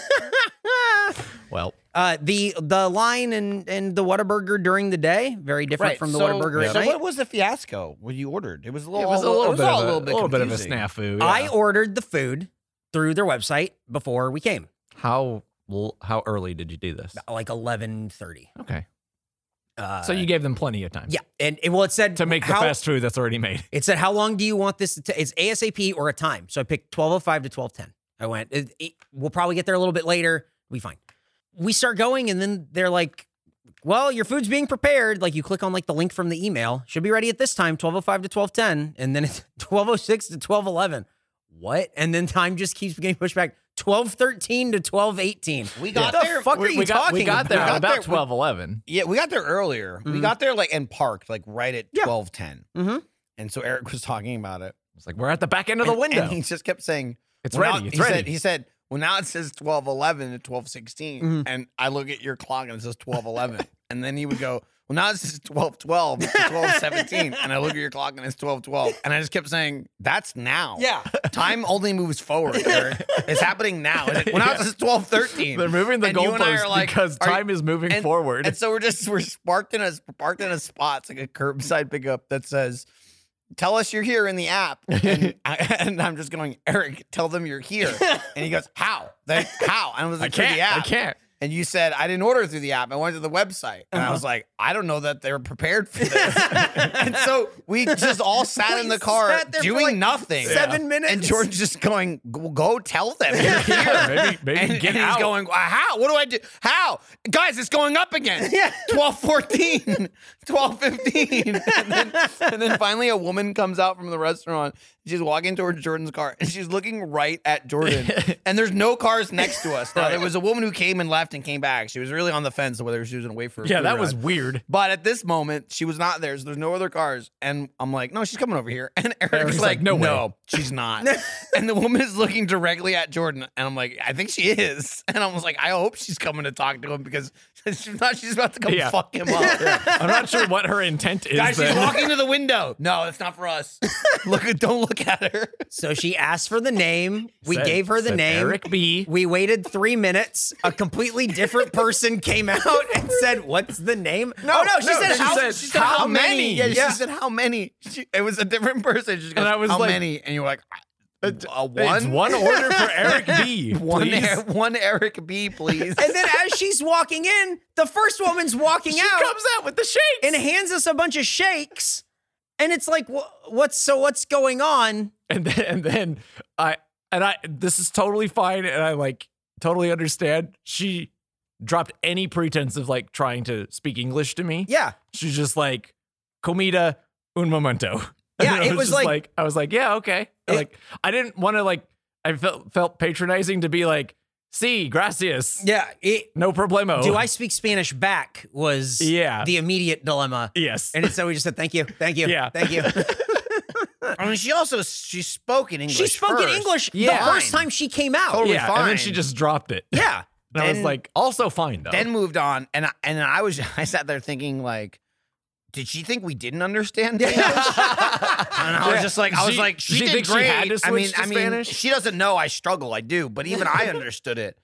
D: Well,
B: uh, the the line and and the Whataburger during the day very different from the Whataburger at
C: so
B: night.
C: what was the fiasco? What you ordered? It was a
D: it
C: little.
D: was a little,
C: it was
D: bit,
C: all
D: of a,
C: little bit
D: little bit of a
C: confusing.
D: snafu.
B: I
D: yeah.
B: ordered the food through their website before we came.
D: How l- how early did you do this?
B: like eleven thirty.
D: Okay.
B: Uh,
D: So you gave them plenty of time.
B: yeah, and it, well, it said
D: To make the
B: how,
D: fast food that's already made.
B: It said, "How long do you want this to take?" It's ASAP or a time. So I picked twelve oh five to twelve ten. I went. It, it- we'll probably get there a little bit later. We fine. We start going, and then they're like, "Well, your food's being prepared." Like you click on like the link from the email. Should be ready at this time, twelve oh five to twelve ten, and then it's twelve oh six to twelve eleven. What? And then time just keeps getting pushed back. Twelve thirteen to twelve eighteen.
C: We got
B: the
C: there-
B: Fuck are
D: we,
B: you
D: we got,
B: talking
D: we got there
B: about?
C: We
D: at
C: got
D: about
C: there-
D: twelve eleven.
C: Yeah, we got there earlier. We
D: Mm-hmm.
B: Mhm.
C: got there like and parked like right at
B: Yeah.
C: twelve ten.
B: Mhm.
C: And so Eric was talking about it.
D: It's like we're at the back end Mm-hmm. of the
C: And-
D: window.
C: And he just kept saying,
D: it's
C: well,
D: ready.
C: now-
D: it's
C: he
D: ready.
C: Said, he said, "Well, now it says twelve eleven to twelve
D: Mm-hmm.
B: Mhm.
C: and I look at your clock and it says twelve eleven, and then he would go, "Well, now it says twelve twelve to twelve seventeen, and I look at your clock and it's twelve twelve, and I just kept saying, "That's now.
B: Yeah.
C: time only moves forward. Eric. It's happening now. Is it- Well, now it says twelve thirteen.
D: They're moving the
C: and you and I are
D: goalposts
C: like,
D: because
C: "Are you-
D: time is moving
C: and-
D: forward.
C: And so we're just we're parked in a parked in a spot, it's like a curbside pickup that says, "Tell us you're here in the app." And, I, and I'm just going, Eric, tell them you're here. And he goes, "How? They, how?" And I was
D: I
C: like, "Through
D: can't.
C: the app."
D: I can't.
C: And you said, "I didn't order through the app. I went to the website." And
B: Uh-huh.
C: I was like, "I don't know that they were prepared for this." and so we just all sat in
B: We
C: the car
B: sat there for
C: doing
B: like
C: nothing,
B: seven Yeah. minutes.
C: And George just going, "Go, go tell them you're here."
D: maybe maybe
C: and,
D: get
C: and
D: out.
C: he's going, "Well, how? What do I do? How? Guys, it's going up again.
B: Yeah.
C: 1214, 1215. and, then, and then finally a woman comes out from the restaurant. She's walking towards Jordan's car and she's looking right at Jordan. and there's no cars next to us. Now, there was a woman who came and left and came back. She was really on the fence of whether she was going to wait for her
D: yeah,
C: food
D: that
C: or
D: was
C: not.
D: weird.
C: But at this moment, she was not there. So there's no other cars. And I'm like, no, she's coming over here. And Eric's,
D: Eric's
C: like,
D: like, no way.
C: no, she's not. and the woman is looking directly at Jordan. And I'm like, I think she is. And I was like, I hope she's coming to talk to him because she's not, she's about to come
D: Yeah.
C: fuck him up.
D: I'm not sure what her intent is.
C: Guys, she's
D: then.
C: walking to the window. No, that's not for us. look, don't look at her.
B: So she asked for the name. We
D: Said-
B: gave her the
D: said
B: name.
D: Eric B.
B: We waited three minutes. A completely different person came out and said, "What's the name?" No, oh, no, she
D: no,
B: said,
D: she
B: how,
D: said,
B: she
D: said, "How many?"
C: Yeah, she
B: Yeah.
C: said how many. She, it was a different person. She goes,
D: And I was
C: how
D: like-
C: many? And you were like, a
D: It's
C: one,
D: one order for Eric B.
C: one,
D: please.
C: Er- one Eric B, please.
B: And then as she's walking in, the first woman's walking
D: she
B: out
D: comes out with the shakes.
B: and hands us a bunch of shakes. And it's like, wha- what's so? What's going on?
D: and then and then I and I this is totally fine and I like totally understand. She dropped any pretense of like trying to speak English to me.
B: Yeah,
D: She's just like comida un momento.
B: Yeah,
D: And I
B: it was
D: just
B: like-
D: I was like, yeah, okay.
B: It-
D: like I didn't want to like I felt felt patronizing to be like, see, sí, gracias.
B: yeah. It,
D: No problemo.
B: Do I speak Spanish back? Was
D: Oh. Yeah.
B: the immediate dilemma.
D: Yes.
B: And so we just said, "Thank you, thank you,
D: Yeah.
B: thank you."
C: I mean, she also she spoke in English.
B: She spoke in
C: first.
B: English
D: Yeah.
B: the first
C: Fine.
B: time she came out.
C: Totally.
D: yeah, and then
C: fine.
D: she just dropped it.
B: Yeah.
D: And I was
C: Then-
D: like, also fine though.
C: Then moved on, and I, and I was I sat there thinking like, did she think we didn't understand English? and I was just like, I was
D: She-
C: like, she,
D: she
C: did
D: thinks she
C: great.
D: had to
C: I mean,
D: switch to
C: I mean,
D: Spanish?
C: she doesn't know I struggle. I do, but even I understood it.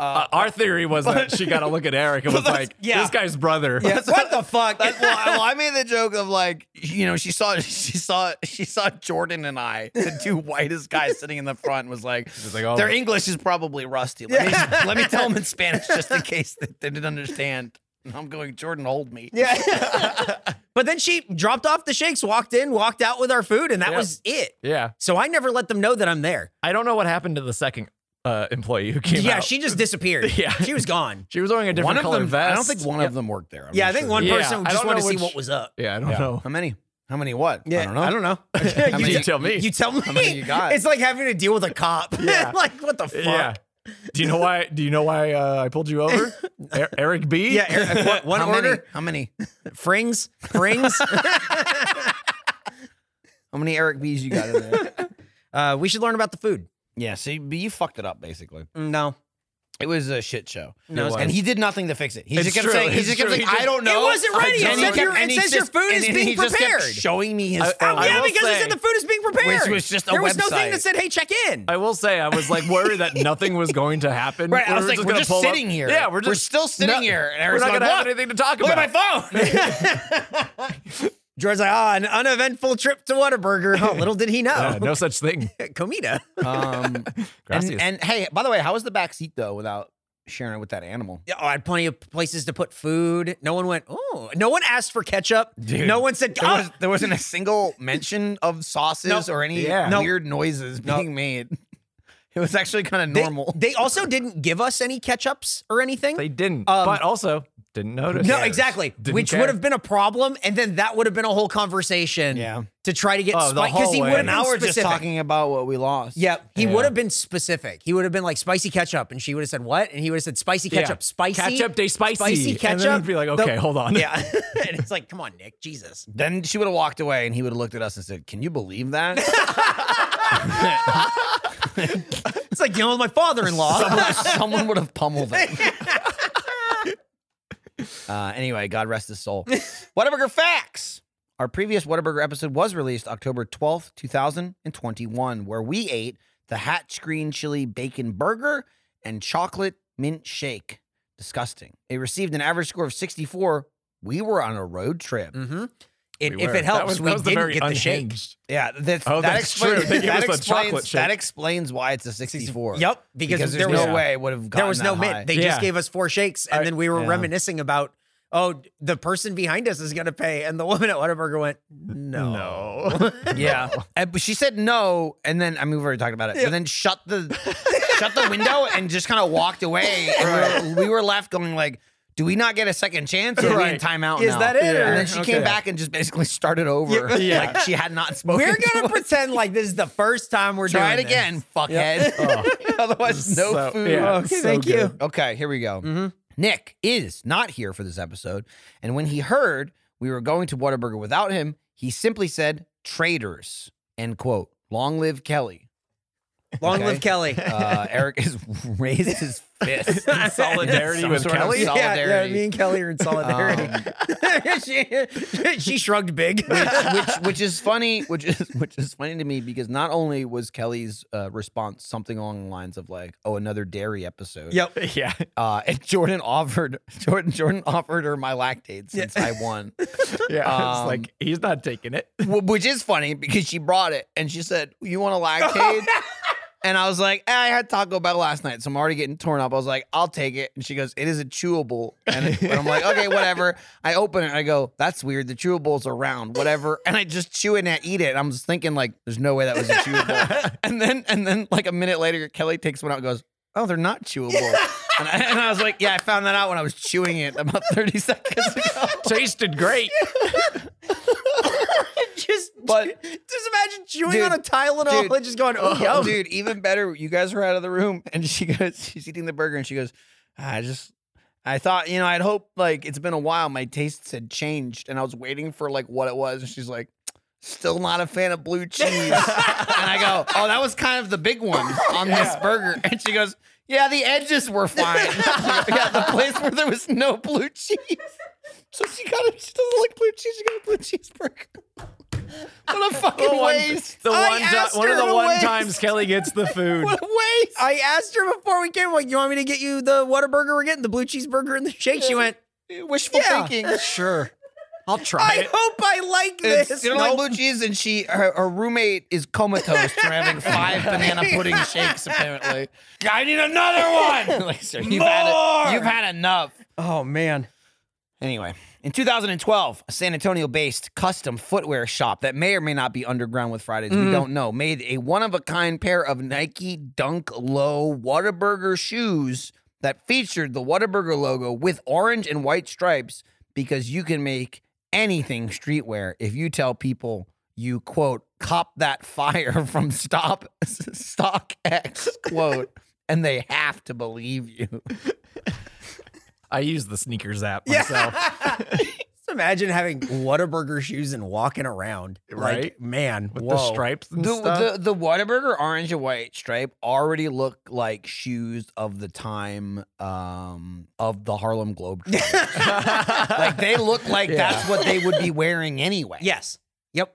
D: Uh, our theory was that she got a look at Eric and was like,
C: yeah.
D: this guy's brother.
B: What the fuck?
C: That's- well, I, well, I made the joke of like, you know, she saw she saw she saw Jordan and I, the two whitest guys sitting in the front, was like,
D: like, oh.
C: their English is probably rusty. Let me let me tell them in Spanish just in case they, they didn't understand. And I'm going, Jordan, hold me.
B: but then she dropped off the shakes, walked in, walked out with our food, and that
D: Yeah.
B: was it.
D: Yeah.
B: So I never let them know that I'm there.
D: I don't know what happened to the second uh, employee who came
B: yeah,
D: out.
B: she just disappeared.
D: Yeah.
B: She was gone.
D: She was wearing a different
C: One of
D: color
C: them.
D: vest.
C: I don't think one of them worked there. I'm
B: yeah,
C: not
B: I think
C: sure.
B: one
D: Yeah,
B: person
D: I
B: just
D: don't
B: wanted to
D: know
B: see
D: which-
B: what was up.
D: Yeah, I don't
C: Yeah.
D: know.
C: How many? How many? What? I don't know.
B: I don't know.
C: How many-
D: You tell me.
B: You tell me. How
C: many you got?
B: It's like having to deal with a cop.
D: Yeah.
B: like what the fuck?
D: yeah. Do you know why? Do you know why uh, I pulled you over, Er- Eric B?
B: Yeah, Eric, uh, what- one
C: How
B: order.
C: many? How many?
B: Frings, frings.
C: How many Eric B's you got in there?
B: uh, we should learn about the food.
C: yeah, see, but you fucked it up basically.
B: No,
C: It was a shit show.
B: no, it's
D: was.
C: And he did nothing to fix it. He
D: It's
C: just kept
D: true.
C: saying, he
D: It's
C: just kept
D: true.
C: saying,
D: He just-
C: I don't know.
B: It wasn't ready.
C: I don't
B: It
C: know."
B: said your- it
C: and he
B: says your
C: just-
B: food
C: and
B: is
C: he-
B: being
C: he just kept
B: prepared.
C: showing me his
D: I-
C: phone.
D: I
B: yeah,
D: will
B: because it
D: say-
B: said the food is being prepared.
C: Which was just a
B: there was no thing
C: website.
B: that said, "Hey, check in."
D: I will say, I was like worried that nothing was going to happen.
C: Right,
D: We
C: I was
D: were
C: like, we're
D: gonna
C: just
D: pull up-
C: sitting here.
D: Yeah, we're just
C: We're still sitting here, and
D: we're
C: Eric's
D: not
C: going,
D: gonna have
C: "Look,
D: anything to talk
C: Look
D: about.
C: at my phone.
B: George's like, ah, an uneventful trip to Whataburger. Oh, little did he know.
D: Yeah, Uh, no such thing.
B: Comida.
C: um, and,
D: Gracias.
C: and hey, by the way, how was the back seat though? Without sharing it with that animal.
B: Yeah, oh, I had plenty of places to put food. No one went, oh, no one asked for ketchup.
C: Dude,
B: no one said,
C: There,
B: oh,
C: was, there wasn't a single mention of sauces
B: Nope.
C: or any
D: Yeah.
B: Nope.
C: weird noises
B: Nope.
C: being made. It was actually kind of
B: They-
C: normal.
B: They, also didn't give us any ketchups or anything.
D: They didn't,
B: Um,
D: but also didn't notice.
B: no, exactly.
D: Didn't
B: which
D: care.
B: would have been a problem, and then that would have been a whole conversation.
C: Yeah.
B: To try to get
D: Oh, the
B: because he would
D: whole way.
B: have been
D: And
C: now we're just
B: specific.
C: talking about what we lost.
B: Yeah, he
D: Yeah.
B: would have been specific. He would have been like spicy ketchup, and she would have said what, and he would have said spicy
D: Yeah.
B: ketchup, spicy
D: Ketchup, they spicy.
B: spicy ketchup.
D: And then it'd be like,
B: The-
D: okay, hold on.
B: yeah, and it's like, come on, Nick, Jesus.
C: Then she would have walked away and he would have looked at us and said, Can you believe that?
B: It's like dealing with my father-in-law.
C: someone, someone would have pummeled him. uh, anyway, God rest his soul. Whataburger Facts. Our previous Whataburger episode was released October 12th, 2021, where we ate the Hatch Green Chili Bacon Burger and Chocolate Mint Shake. Disgusting. It received an average score of 64. We were on a road trip.
B: hmm It,
D: We
B: if
D: were.
B: it helps,
D: that was,
B: we
D: that was the
B: didn't
D: very
B: get the shake.
D: unhinged.
C: Yeah, that's,
D: Oh,
C: that
D: that's
C: explains,
D: true. They gave
C: that,
D: us a chocolate
C: explains
D: shake.
C: that explains why it's a 64.
B: Yep, because,
C: Because there's
B: there was
C: no way it would have gotten
B: there was
C: that
B: no
C: high.
B: mint. They just
D: Yeah.
B: gave us four shakes, and
D: I-
B: then we were
C: yeah.
B: reminiscing about, oh, the person behind us is gonna pay, and the woman at Whataburger went, no,
D: No.
C: Yeah. And, but she said no, and then I mean we've already talked about it. And then shut the shut the window and just kind of walked away. And we, were, we were left going like, do we not get a second chance? Or Are we in
D: Right.
C: timeout
B: Is
C: now?
B: that it?
D: Yeah.
C: And then she
D: Okay.
C: came back and just basically started over.
D: Yeah.
C: Like she had not spoken.
B: we're
C: to
B: gonna
C: us.
B: pretend like this is the first time we're
C: try it
B: doing this.
C: again, fuckhead. Otherwise, no
D: Oh. So-
C: food.
D: yeah,
B: Okay,
D: so
B: thank you.
D: good.
C: Okay, here we go.
B: Mhm.
C: Nick is not here for this episode, and when he heard we were going to Whataburger without him, he simply said, "Traitors." End quote. Long live Kelly.
B: Long
C: Okay.
B: live Kelly.
C: Uh, Eric has raised his fist.
D: In solidarity
C: Some
D: with
C: sort of
D: Kelly.
C: sol-
B: Yeah, yeah,
C: solidarity.
B: me and Kelly are in solidarity. she, she shrugged big.
C: which which is funny, which is which is funny to me because not only was Kelly's uh, response something along the lines of like, "Oh, another dairy episode."
B: yep.
D: yeah.
C: Uh, and Jordan offered Jordan Jordan offered her my lactate since I won,
D: Yeah.
C: Um,
D: it's like, he's not taking it.
C: Wh- which is funny because she brought it and she said, "You want a lactate?" and I was like, "Eh, "I had Taco Bell last night, so I'm already getting torn up." I was like, "I'll take it," and she goes, "It is a chewable," and, it- and I'm like, "Okay, whatever." I open it and I go, "That's weird. The chewables are round, whatever." And I just chew it and I eat it. And I'm just thinking like, "There's no way that was a chewable." and then and then like a minute later, Kelly takes one out and goes. Oh, they're not chewable. and, I, and I was like, yeah, I found that out when I was chewing it about 30 seconds ago.
D: Tasted great.
B: just,
C: But-
B: just imagine chewing
C: Dude,
B: on a Tylenol
C: dude.
B: and just going, oh,
C: Oh,
D: Um,
B: yum.
C: dude, even better. You guys were out of the room, and she goes, she's eating the burger, and she goes, "Ah, I just, I thought, you know, I'd hope like it's been a while. My tastes had changed, and I was waiting for like what it was, and she's like, still not a fan of blue cheese. and I go, oh, that was kind of the big one on this burger, and she goes. Yeah, the edges were fine. yeah, the place where there was no blue cheese. So she got it. She doesn't like blue cheese. She got a blue cheeseburger. What a fucking waste!
D: The
B: I
D: one,
B: asked
D: ti- one of
B: her
D: the
B: to
D: one
B: waste.
D: times Kelly gets the food.
C: What a waste!
B: I asked her before we came, like, you want me to get you the Whataburger we're getting, the blue cheeseburger and the shake? She went,
C: wishful
B: Yeah.
C: thinking.
D: Sure. I'll try
B: I
D: it.
B: hope I like
C: It's-
B: this.
C: you don't like blue cheese, and she her, her roommate is comatose from having five banana pudding shakes. Apparently, I need another one. like, sir, you've had it.
B: More!
C: You've had enough.
B: oh, man.
C: Anyway, in 2012, a San Antonio based custom footwear shop that may or may not be underground with Fridays, we don't know, made a one of a kind pair of Nike Dunk Low Whataburger shoes that featured the Whataburger logo with orange and white stripes because you can make anything streetwear if you tell people you quote cop that fire from stop stock x quote and they have to believe you
D: I use the sneakers app myself.
B: Just imagine having Whataburger shoes and walking around. Like,
D: Right?
B: man,
D: With
B: whoa.
D: the stripes and
C: the,
D: stuff.
C: the the Whataburger orange and white stripe already look like shoes of the time um, of the Harlem Globetrotters. like they look like that's what they would be wearing anyway.
B: Yes. Yep.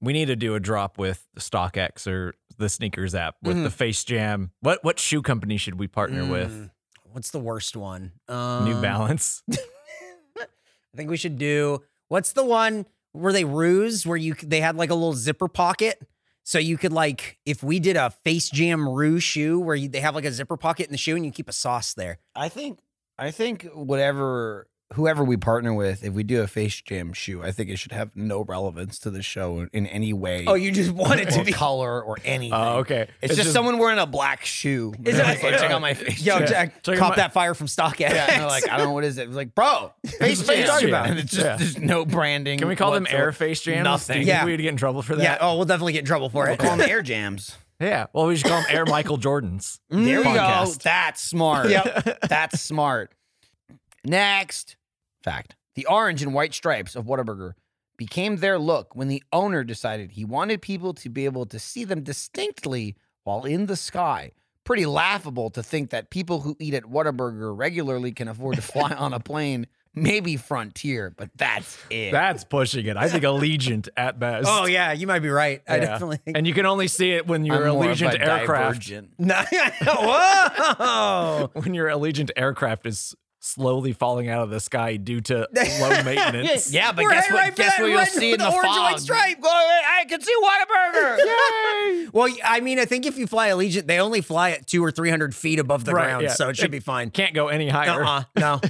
D: we need to do a drop with StockX or the sneakers app
B: Mhm.
D: with
C: Mm-hmm.
D: the Face Jam. What what shoe company should we partner with?
B: Mm. What's the worst one?
C: Mm,
B: Um,
D: New Balance.
B: I think we should do. What's the one? Were they ruse where you they had like a little zipper pocket, So you could like, if we did a face jam roux shoe where you, they have like a zipper pocket in the shoe and you keep a sauce there.
C: I think I think whatever whoever we partner with, if we do a face jam shoe, I think it should have no relevance to the show in any way.
B: Oh, you just want it to
C: or
B: be.
C: color or anything.
D: Oh, okay.
C: It's, just, someone wearing a black shoe.
B: Is
C: They're
B: it-
C: like, check out my face.
B: Yo,
D: Yeah.
B: Jack,
D: Check
B: cop
D: my-
B: that fire from StockX.
C: Yeah, and they're like, I don't know what is it. It's like, bro, face
D: Face
C: jam.
D: jam.
C: And it's just
D: Yeah.
C: there's no branding.
D: Can we call them
C: whatsoever.
D: air face jams? Do
C: Nothing.
D: you
B: Yeah.
D: think we'd get in trouble for
B: yeah.
D: that?
B: Oh, we'll definitely get in trouble for
C: We'll
B: it.
C: call them air jams.
D: Yeah. Well, we should call them air Michael Jordans.
C: There we go.
D: Podcast.
C: That's smart. That's smart. Next fact. The orange and white stripes of Whataburger became their look when the owner decided he wanted people to be able to see them distinctly while in the sky. Pretty laughable to think that people who eat at Whataburger regularly can afford to fly on a plane, maybe Frontier, but that's it.
D: That's pushing it. I think Allegiant at best.
B: Oh yeah, you might be right. I
D: Yeah.
B: definitely think.
D: And you can only see it when you're
C: I'm more of
D: Allegiant
C: a
D: aircraft.
C: divergent.
B: No. Whoa.
D: When your Allegiant aircraft is slowly falling out of the sky due to low maintenance.
C: Yeah, but
B: We're
C: guess
B: heading
C: what?
B: right for
C: guess
B: that
C: what you'll
B: red
C: see
B: with
C: in
B: the
C: the,
B: orange and white
C: fog.
B: stripe.
C: Go, I can see Whataburger.
B: Well, I mean, I think if you fly Allegiant, they only fly at two or three hundred feet above the
D: Right,
B: ground,
D: yeah.
B: so it should be fine.
D: Can't go any higher.
B: Uh-uh, no.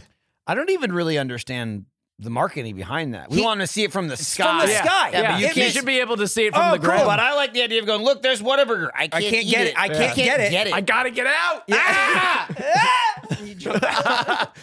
C: I don't even really understand the marketing behind that. We
B: He-
C: want to see it from the sky.
B: from the sky.
C: Yeah,
D: Yeah,
C: but
D: you,
C: you
B: It
C: can't.
D: should be able to see it from
B: Oh,
D: the
B: cool,
D: ground.
C: but I like the idea of going. Look, there's Whataburger. I can't,
B: I can't
C: eat
B: get it. I can't
C: Yeah.
B: get it.
C: Get it.
D: I gotta get out.
C: Ah!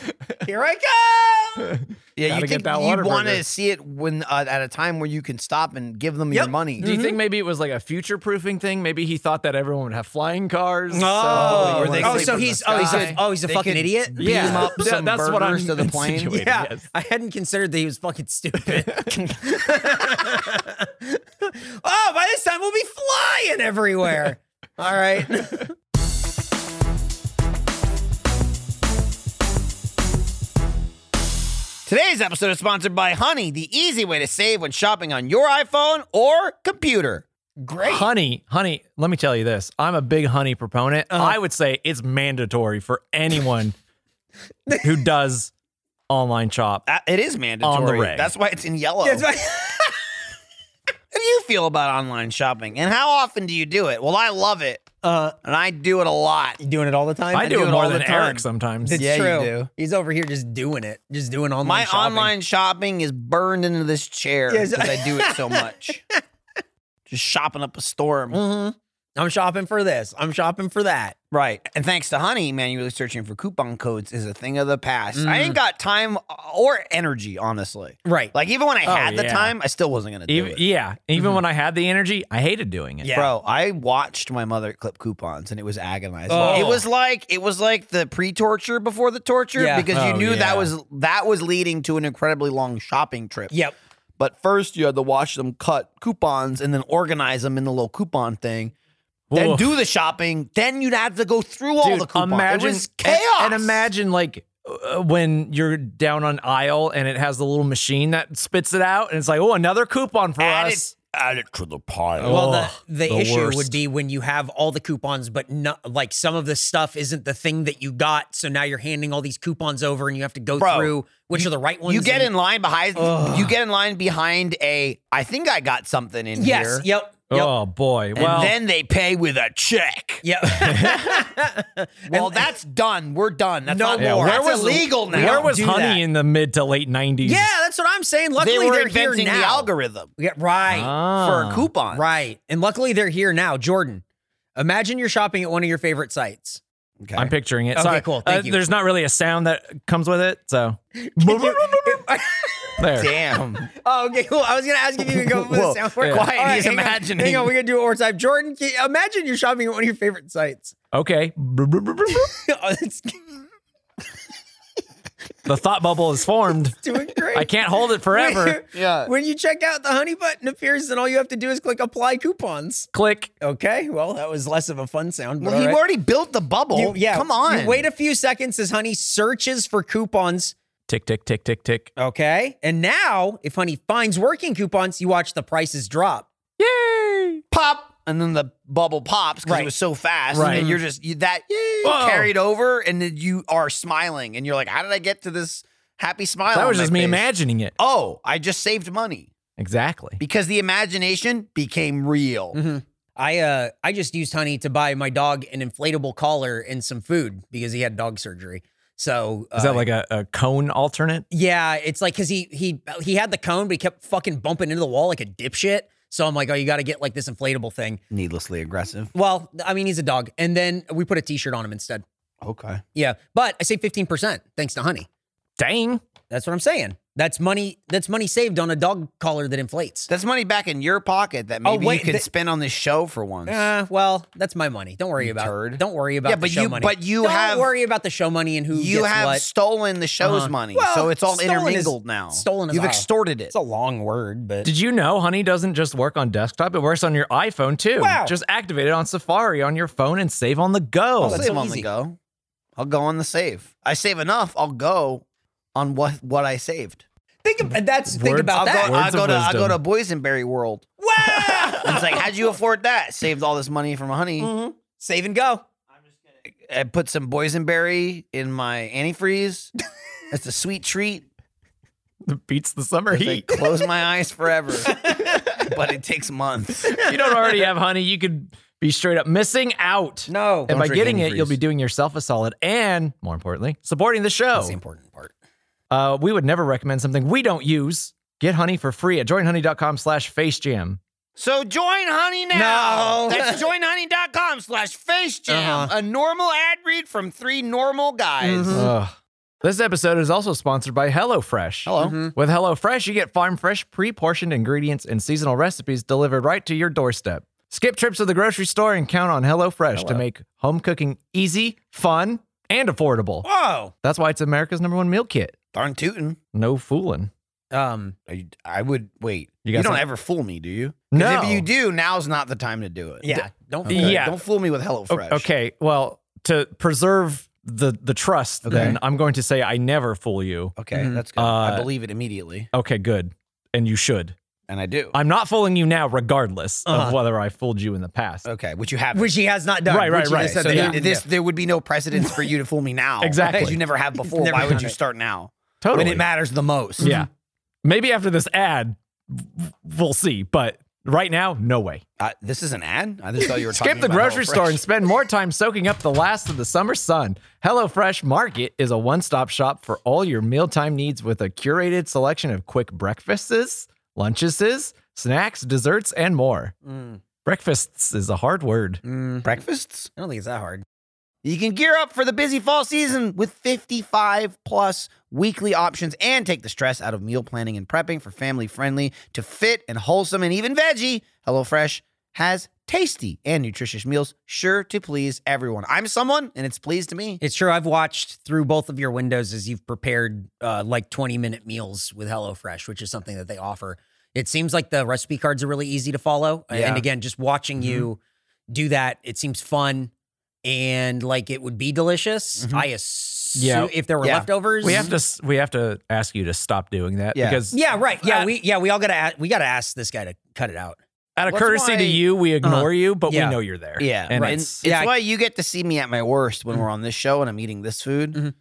B: Here I come.
C: yeah,
D: Gotta
C: you
D: get
C: think
D: that
C: you
D: Whataburger.
C: want to see it when uh, at a time where you can stop and give them your
B: Yep. Mm-hmm.
C: money.
D: Do you think maybe it was like a future proofing thing? Maybe he thought that everyone would have flying cars. so-
B: Oh,
C: or they
B: oh,
C: sleep
B: so
C: in the
B: he's oh he's a,
C: sky.
B: oh he's a
C: They
B: fucking
C: could
B: idiot.
C: beat
D: Yeah.
C: him up
D: Yeah,
C: some
D: that's what I'm
C: burgers to the plane.
D: insinuating.
B: Yeah,
D: Yes.
B: I hadn't considered that he was fucking stupid. oh, by this time we'll be flying everywhere. All right.
C: Today's episode is sponsored by Honey, the easy way to save when shopping on your iPhone or computer. Great.
D: Honey, honey, let me tell you this. I'm a big honey proponent.
C: Uh-huh.
D: I would say it's mandatory for anyone who does online shop.
C: Uh, It is mandatory.
D: reg.
C: That's why it's in yellow.
B: That's right.
C: How do you feel about online shopping and how often do you do it? Well, I love it
B: Uh,
C: and I do it a lot.
B: you doing it all the time?
D: I do,
C: do
D: it
C: it
D: more
C: all the
D: than
C: time.
D: Eric sometimes.
B: It's
C: Yeah, you
B: true.
C: do.
B: He's over here just doing it, just doing online.
C: My
B: shopping.
C: online shopping is burned into this chair
B: Yes.
C: because I do it so much. Just shopping up a storm.
D: Mm-hmm.
B: Mhm. I'm shopping for this. I'm shopping for that.
C: Right. And thanks to Honey, manually searching for coupon codes is a thing of the past. I
B: Mm.
C: ain't got time or energy, honestly.
B: Right.
C: Like, even when I
D: Oh,
C: had the
D: yeah.
C: time, I still wasn't going to do
D: Even,
C: it. Mm-hmm.
D: yeah. Even when I had the energy, I hated doing it.
B: Yeah.
C: Bro, I watched my mother clip coupons and it was agonizing.
B: Oh.
C: It was like it was like the pre-torture before the torture
B: Yeah.
C: because
D: Oh,
C: you knew
D: yeah.
C: that was that was leading to an incredibly long shopping trip.
B: Yep.
C: But first you had to watch them cut coupons and then organize them in the little coupon thing. Then
D: Oof.
C: do the shopping. Then you'd have to go through all
D: Dude,
C: the coupons.
D: Imagine,
C: it was chaos.
D: And, and imagine like uh, when you're down on aisle and it has the little machine that spits it out and it's like, oh, another coupon for
C: Add
D: us.
C: it, add it to the pile.
B: Well, the,
D: Ugh,
B: the,
D: the
B: issue would
D: worst.
B: be when you have all the coupons, but not like some of the stuff isn't the thing that you got. So now you're handing all these coupons over, and you have to go
C: Bro,
B: through which are the right ones.
C: You get in
B: and-
C: line behind. You get in line behind a. I think I got something in
B: Yes.
C: here.
B: Yep. Yep.
D: Oh boy.
C: And
D: well,
C: then they pay with a check.
B: Yep.
C: Well,
B: And-
C: that's done. We're done. That's
B: No
C: not
B: Yeah,
C: more.
B: where
C: That's
B: was-
C: illegal now.
D: where was
B: do
D: honey
B: that.
D: in the mid to late 90s?
B: yeah, that's what I'm saying.
C: they
B: Luckily,
C: were
B: are
C: inventing
B: here now.
C: the algorithm
B: Yeah, right.
C: for
D: Ah.
C: a coupon.
B: Right. And luckily they're here now. Jordan, imagine you're shopping at one of your favorite sites.
C: Okay.
D: I'm picturing it.
B: Okay,
D: Sorry. Uh,
B: cool. Thank you.
D: There's not really a sound that comes with it, so there.
C: Damn.
B: oh, okay, cool. I was going to ask if you could go with
C: Whoa.
B: a sound for it.
D: Yeah.
C: Quiet,
B: All
C: he's
B: hang on.
C: imagining.
B: Hang on, we're going to do it one more time. Jordan, can- imagine you're shopping at one of your favorite sites.
D: Okay.
B: oh, it's
D: the thought bubble is formed.
B: doing great.
D: I can't hold it forever.
C: Yeah.
B: When you check out, the honey button appears, and all you have to do is click apply coupons.
D: Click.
B: Okay, well, that was less of a fun sound. But
C: Well,
B: all
C: he
B: right.
C: already built the bubble.
B: You- yeah,
C: Come on.
B: you wait a few seconds as Honey searches for coupons
D: Tick tick tick tick tick.
B: Okay. And now, if Honey finds working coupons, you watch the prices drop.
D: Yay!
C: pop. And then the bubble pops because
B: Right. Mm-hmm.
C: it was so fast.
D: Right.
C: And then you're just you, that eh,
D: Whoa.
C: carried over, and then you are smiling, and you're like, "How did I get to this happy smile?"
D: That
C: on
D: was
C: my
D: just me
C: face?
D: imagining it.
C: Oh, I just saved money
D: Exactly.
B: Mm-hmm.
C: because the imagination became real.
B: I uh I just used honey to buy my dog an inflatable collar and some food because he had dog surgery. So uh,
D: Is that like a, a cone alternate?
B: yeah, it's like because he he he had the cone, but he kept fucking bumping into the wall like a dipshit. So I'm like, oh, you got to get like this inflatable thing.
C: Needlessly aggressive.
B: Well, I mean, he's a dog, and then we put a T-shirt on him instead.
C: Okay.
B: Yeah, but I saved fifteen percent thanks to honey.
D: Dang.
B: That's what I'm saying. That's money. That's money saved on a dog collar that inflates.
C: That's money back in your pocket that
B: Oh,
C: maybe
B: wait,
C: you could
B: th-
C: spend on this show for once.
B: Uh, well, that's my money. Don't worry
C: You
B: about.
C: turd.
B: Don't worry about.
C: Yeah,
B: the
C: but
B: show
C: you-
B: money.
C: but you
B: don't
C: have-
B: worry about the show money and who
C: you
B: gets
C: have
B: what.
C: stolen the show's
D: Uh-huh.
C: money,
B: Well,
C: so it's all
B: stolen is-
C: intermingled now.
B: stolen is
C: You've
B: all-
C: extorted it.
B: it's a long word, but
D: Did you know Honey doesn't just work on desktop, it works on your iPhone too.
B: Wow.
D: Just activate it on Safari on your phone and save on the go.
C: I'll
B: Oh, that's
C: save
B: so
C: on the
B: easy.
C: go. I'll go on the save. I save enough. I'll go on what what I saved.
B: think about that's think
D: Words-
B: about
C: I'll
B: that.
C: go. I'll
D: Words
C: go
D: of
C: to. I'll go to
D: wisdom.
C: Boysenberry World.
B: Wow!
C: And it's like, how'd you afford that? Saved all this money from honey.
B: Mhm. Save and go.
C: I put some boysenberry in my antifreeze. It's a sweet treat.
D: Beats the summer
C: They
D: heat.
C: close my eyes forever, but it takes months.
D: if you don't already have Honey, you could be straight up missing out.
B: No,
D: and by
C: drink
D: getting
C: any
D: it, you'll
C: freeze.
D: be doing yourself a solid and, more importantly, supporting the show.
B: that's the important part.
D: Uh, we would never recommend something we don't use. Get honey for free at joinhoney.com slash facejam.
C: So join Honey now.
B: No.
C: That's joinhoney.com slash face jam.
B: Uh-huh. Mm-hmm.
C: A normal ad read from three normal guys.
D: Ugh. This episode is also sponsored by HelloFresh.
C: Hello.
D: With HelloFresh, you get farm fresh, pre portioned ingredients and seasonal recipes delivered right to your doorstep. Skip trips to the grocery store and count on HelloFresh to make home cooking easy, fun, and affordable.
B: Whoa.
D: That's why it's America's number one meal kit.
C: Darn tootin'.
D: No fooling.
B: Um,
C: I, I would wait.
D: You
C: You,
D: got
C: don't
D: some-
C: ever fool me, do you? 'Cause
D: No.
C: If you do, now's not the time to do it.
B: yeah. Don't.
C: Okay?
D: Yeah.
C: Don't fool me with
D: O-
C: HelloFresh.
D: Okay, well, to preserve the the trust, then I'm going to say I never fool you.
C: Okay.
B: Mhm.
C: That's good.
D: Uh,
C: I believe it immediately,
D: Okay, good. And you should.
C: and I do.
D: I'm not fooling you now, regardless of
B: Uh-huh.
D: whether I fooled you in the past.
C: okay. Which you Uh, have.
B: Which he has not done.
D: Right, right,
B: which he
D: right.
B: just said
C: so
B: that he
C: there-
B: didn't
C: this,
B: do.
C: there would be no precedence for you to fool me now.
D: Exactly.
C: Because you never have before.
B: never
C: Why would
B: done
C: you
B: it.
C: start now?
D: Totally.
C: When it matters the most.
D: Yeah. Maybe after this ad, w- we'll see. But right now, no way.
C: Uh, this is an ad? I just thought you were talking
D: Skip the
C: about
D: grocery store
C: HelloFresh.
D: and spend more time soaking up the last of the summer sun. HelloFresh Market is a one stop shop for all your mealtime needs with a curated selection of quick breakfasts, lunches, snacks, desserts, and more.
B: Mm,
D: Breakfasts is a hard word.
B: mm,
C: breakfasts.
B: I don't think it's that hard.
C: You can gear up for the busy fall season with 55 plus weekly options and take the stress out of meal planning and prepping for family friendly to fit and wholesome and even veggie. HelloFresh has tasty and nutritious meals sure to please everyone. I'm someone and it's pleased to me.
B: It's true. I've watched through both of your windows as you've prepared uh, like 20 minute meals with HelloFresh, which is something that they offer. It seems like the recipe cards are really easy to follow.
C: Yeah.
B: And again, just watching you do that, it seems fun and like it would be delicious.
C: Mhm.
B: I assume
D: Yeah.
B: if there were
C: Yeah.
B: leftovers.
D: We have to s- we have to ask you to stop doing that
C: Yeah.
D: because
B: Yeah, right. Yeah,
D: Uh,
B: we yeah, we all gotta ask, we gotta ask this guy to cut it out.
D: out of
C: That's
D: courtesy
C: why-
D: to you, we ignore you, but
B: Yeah.
D: we know you're there.
C: Yeah,
D: and
C: right.
D: it's,
C: It's
B: Yeah, I-
C: why you get to see me at my worst
D: Mm-hmm.
C: when we're on this show and I'm eating this food.
B: Mhm.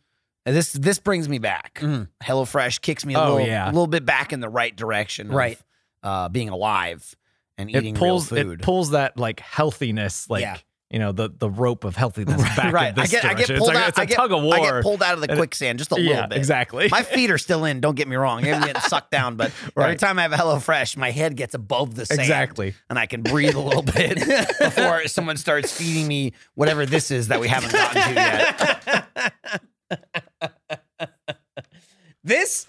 C: And this this brings me back.
B: Mhm.
C: HelloFresh kicks me a
D: Mm-hmm. Oh,
C: little, a
D: yeah.
C: little bit back in the right direction. of,
B: Right.
C: uh, being alive and eating
D: it pulls
C: real food.
D: it pulls that like healthiness, like
B: Yeah.
D: you know the the rope of healthiness back
C: right.
D: in this
C: I get I get
D: direction.
C: pulled
D: it's like
C: out.
D: it's a
C: I get,
D: tug of war.
C: I get pulled out of the
D: And it-
C: quicksand just a
D: yeah,
C: little bit.
D: exactly.
C: My feet are still in. Don't get me wrong. I'm getting sucked down, but every
D: Right.
C: time I have HelloFresh, my head gets above the sand.
D: Exactly.
C: and I can breathe a little bit before someone starts feeding me whatever this is that we haven't gotten to yet.
B: This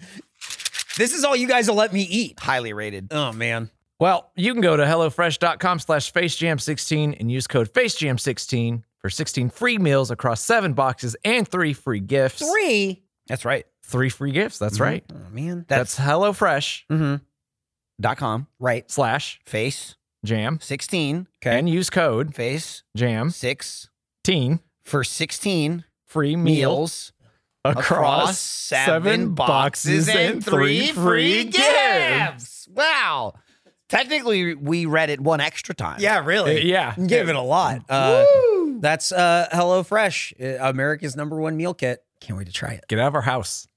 B: this is all you guys will let me eat.
C: Highly rated.
B: Oh man.
D: Well, you can go to E HelloFresh.com slash FaceJam16 and use code FaceJam16 for 16 free meals across seven boxes and three free gifts.
B: Three.
C: That's right. Mm-hmm.
D: Three free gifts. That's right.
B: Oh man.
D: That's, E HelloFresh
B: Mm-hmm.
C: Dot com
B: Right.
D: slash
C: face
D: jam
C: 16
B: Okay.
D: and use code
C: face
D: jam
C: 6
D: teen
C: for 16
D: free meal
C: meals
D: across,
C: across
D: seven boxes and three free gifts.
C: Wow. Technically, we read it one extra time.
B: Yeah, really.
D: Uh, yeah.
B: Give it a lot. Uh, that's uh, HelloFresh, uh, America's number one meal kit. Can't wait to try it.
D: Get out of our house.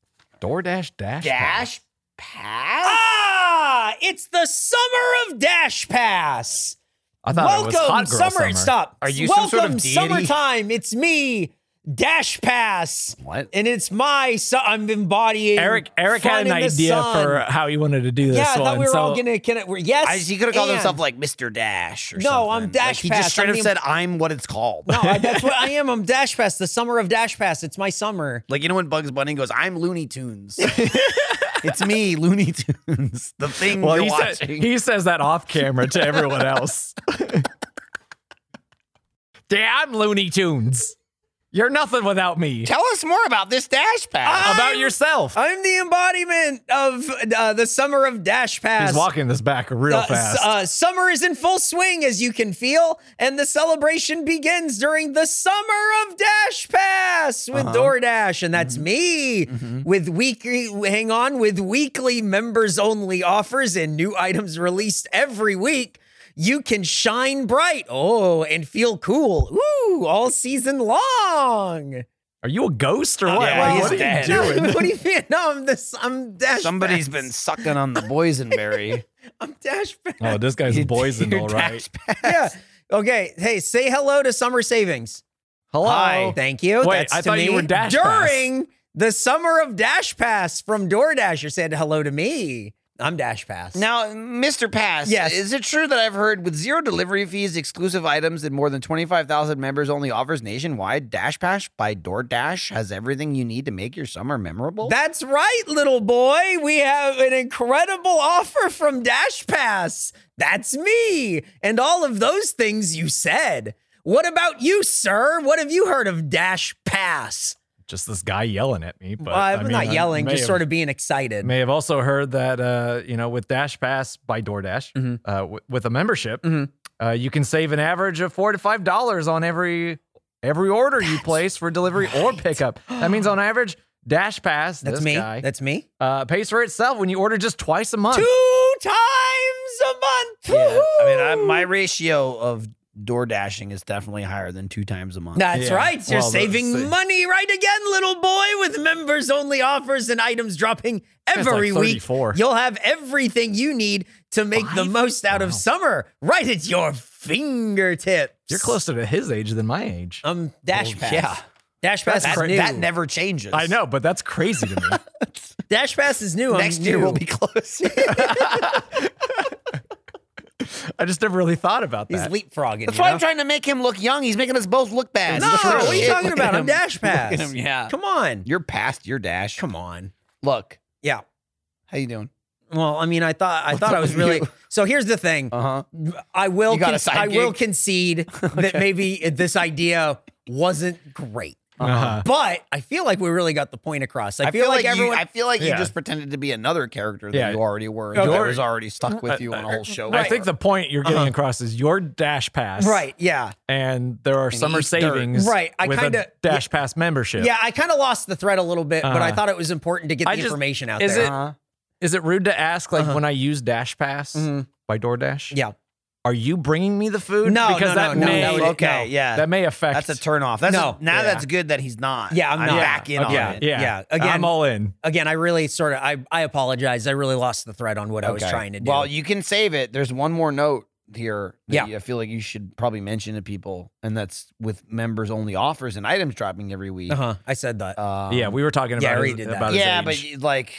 D: DoorDash dash.
C: Dash pass.
B: Ah, it's the summer of Dash Pass.
D: I thought it was hot girl summer.
B: Stop.
C: Are you
B: Welcome
C: some sort of deity?
B: summertime. It's me, Dash Pass.
C: What?
B: And it's my. Su- I'm embodying.
D: Eric Eric
B: fun
D: had an
B: in the
D: idea
B: sun.
D: for how he wanted to do this
B: Yeah, I
D: one.
B: thought we were
D: so
B: all gonna. Can it, we're,
D: Ah,
B: yes,
C: I, he could have called
B: and-
C: himself like Mr. Dash or
B: No,
C: something.
B: I'm Dash
C: Like, he
B: Pass.
C: just straight
B: I'm
C: up
B: the-
C: said, I'm what it's called.
B: No, I, that's what I am. I'm Dash Pass. The summer of Dash Pass. It's my summer.
C: Like, you know when Bugs Bunny goes, I'm Looney Tunes. it's me, Looney Tunes. The thing
D: well,
C: you're
D: he, said,
C: watching.
D: he says that off camera to everyone else. Damn Looney Tunes. You're nothing without me.
C: Tell us more about this Dash Pass.
D: About yourself.
B: I'm the embodiment of uh, the summer of Dash Pass.
D: He's walking this back real
B: Uh, s-
D: fast.
B: uh, summer is in full swing, as you can feel, and the celebration begins during the summer of Dash Pass with
C: Uh-huh.
B: DoorDash, and
C: Mm-hmm.
B: that's me with weekly. Hang on, with weekly members only offers and new items released every week. You can shine bright, oh, and feel cool, ooh, all season long.
D: are you a ghost or what?
C: yeah,
D: Like,
C: he's
D: what are
C: dead.
D: you
B: No,
D: doing?
B: what do you mean? No, I'm this. I'm Dash.
C: Somebody's
B: Pass.
C: been sucking on the boysenberry.
B: I'm Dash. Pass.
D: Oh, this guy's
C: You're
D: poisoned, all right.
C: Dash Pass.
B: yeah. Okay. Hey, say hello to summer savings.
D: Hello.
B: Hi. Thank you.
D: Wait,
B: That's
D: I
B: to
D: thought you
B: me.
D: were Dash Pass.
B: During the summer of Dash Pass from DoorDasher said hello to me. I'm Dash Pass.
C: Now, Mr. Pass,
B: Yes.
C: is it true that I've heard with zero delivery fees, exclusive items, and more than 25,000 members only offers nationwide, Dash Pass by DoorDash has everything you need to make your summer memorable?
B: That's right, little boy. We have an incredible offer from Dash Pass. That's me. And all of those things you said. What about you, sir? What have you heard of Dash Pass?
D: Just this guy yelling at me, but
B: Well, I'm
D: I mean,
B: not
D: I
B: yelling,
D: may
B: just
D: have-
B: sort of being excited.
D: May have also heard that uh, you know with Dash Pass by DoorDash,
B: Mm-hmm.
D: uh, w- with a membership,
B: Mhm.
D: uh, you can save an average of four to five dollars on every every order you place for delivery or pickup. That means on average, Dash Pass,
B: That's
D: this
B: me.
D: guy,
B: That's me.
D: uh, pays for itself when you order just twice a month.
B: two times a month.
C: Yeah. I mean, I,
B: Woo-hoo!
C: my ratio of door dashing is definitely higher than two times a month.
B: That's
D: Yeah.
B: right. You're
D: Well, the-
B: saving
D: the-
B: money right again, little boy, with members only offers and items dropping
D: like
B: every week.
D: 34.
B: You'll have everything you need to make the most out of summer right at your fingertips.
D: You're closer to his age than my age.
B: Um, Dash
C: Well,
B: Pass.
C: Oh, yeah.
B: Dash Pass
C: That-
B: is new.
C: that never changes.
D: I know, but that's crazy to me.
B: Dash Pass is new. I'm
C: Next year
B: new.
C: we'll be close.
D: I just never really thought about
B: He's
D: that.
B: leapfrogging.
C: That's
B: you
C: why
B: know?
C: I'm trying to make him look young. He's making us both look bad.
B: No,
C: Look at
B: what are you
C: shit.
B: talking
C: Look at
B: about?
C: him.
B: I'm Dash Pass.
C: Look at him, yeah.
B: Come on.
C: You're past your dash.
B: Come on.
C: Look,
B: Yeah.
C: how you doing?
B: Well, I mean, I thought I
C: What's
B: thought I
C: up
B: was
C: with
B: really.
C: you?
B: So here's the thing.
C: Uh-huh.
B: I will.
C: You got a
B: con-
C: side
B: I will
C: gig?
B: concede that maybe this idea wasn't great,
D: Uh-huh.
B: but I feel like we really got the point across. I,
C: I
B: feel, like, everyone.
C: You, I feel like
D: Yeah.
C: you just pretended to be another character that
D: Yeah.
C: you already were. and
D: Okay.
C: I was already stuck with you on a whole show.
D: I think the point you're getting across is your Dash Pass,
B: Uh-huh. right. Yeah.
D: And there are summer
C: eat dirt.
D: savings,
B: Right, I
D: with a
B: kinda-
D: Dash Pass membership.
B: Yeah. I kind of lost the thread a little bit, but I
D: Uh-huh.
B: thought it was important to get the
D: I just-
B: information out
D: is
B: there. Uh-huh.
D: it- Is it rude to ask, like, when I use Dash Pass
C: Mm-hmm.
B: Mhm.
D: by DoorDash?
B: yeah.
D: Are you bringing me the food?
B: No,
D: because
B: no,
D: that
B: no,
D: may,
B: that would-
C: okay,
B: no.
C: yeah.
D: that may affect.
C: that's a turnoff. That's
B: No.
C: now
D: Yeah.
C: that's good that he's not.
B: Yeah, I'm not.
C: back in on
D: yeah,
C: it.
D: yeah,
B: Yeah, again-
D: I'm all in.
B: Again, I really sort of. I I apologize. I really lost the thread on what I was trying to do.
C: Well, you can save it. There's one more note here. that
B: Yeah.
C: you- I feel like you should probably mention to people, and that's with members only offers and items dropping every week.
B: uh huh. I said that.
C: Um,
D: yeah, we were talking
B: yeah, I
D: about
B: already
D: his,
B: did that.
D: about his
C: yeah,
D: age.
C: but you- like,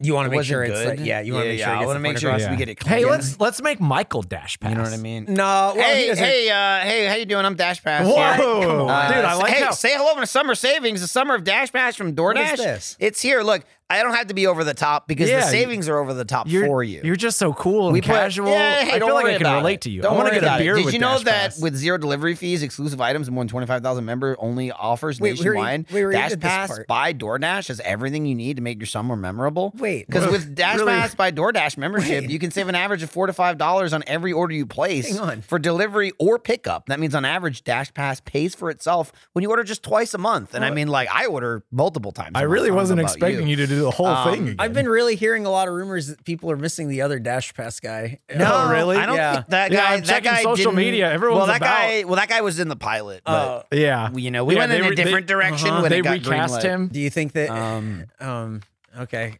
B: you want to
C: it
B: make
C: wasn't
B: sure it's
C: good.
B: like, yeah. You want to
C: Yeah,
B: make
C: yeah,
B: sure.
C: I
B: want
C: wanna
B: to
C: make sure we get it
D: Hey,
C: clean.
D: let's let's make Michael Dash Pass.
C: you know what I mean?
B: No. Well, he
C: hey,
B: doesn't-
C: hey, uh, hey, how you doing? I'm Dash Pass.
D: Whoa,
C: here.
D: Come on. dude! I
C: Uh,
D: like
C: hey,
D: how
C: say hello to Summer Savings, the summer of Dash Pass from DoorDash.
B: What is this?
C: It's here. Look, I don't have to be over the top because
D: Yeah,
C: the savings are over the top
D: you're,
C: for you.
D: You're just so cool and
C: we put-
D: casual.
C: Yeah, hey,
D: I
C: don't
D: feel like
C: worry
D: I can
C: about
D: relate
C: it.
D: to you.
C: Don't
D: I want
C: worry
D: to get
C: about
D: a beer
C: It. Did
D: with
C: you know
D: Dash
C: that
D: Pass.
C: with zero delivery fees, exclusive items, and more than twenty five thousand member only offers
B: Wait, we already-
C: nationwide?
B: we already
C: Dash
B: did this
C: Pass
B: part.
C: by DoorDash has everything you need to make your summer memorable.
B: Wait.
C: because with Dash
D: really?
C: Pass by DoorDash membership,
B: Wait.
C: you can save an average of four to five dollars on every order you place
B: Hang on.
C: for delivery or pickup. That means on average, Dash Pass pays for itself when you order just twice a month. And I mean, like I order multiple times.
D: I really wasn't expecting you.
C: to.
D: to do the whole
C: Um,
D: thing. Again.
B: I've been really hearing a lot of rumors that people are missing the other Dash Pass guy.
D: No,
B: Uh,
D: really?
C: I don't
B: Yeah.
C: think that guy.
D: Yeah, I'm
C: that
D: checking
C: guy
D: social
C: didn't-
D: media. Everyone's
C: well, that
D: about-
C: guy. Well, that guy was in the pilot.
B: Uh,
C: But
D: Yeah.
C: you know, we
D: Yeah,
C: went in
D: they
C: a
D: re-
C: different
D: they-
C: direction
D: uh-huh.
C: when
D: they
C: it got
D: recast
C: greenlit.
D: him.
B: do you think that?
C: Um,
B: Um, okay.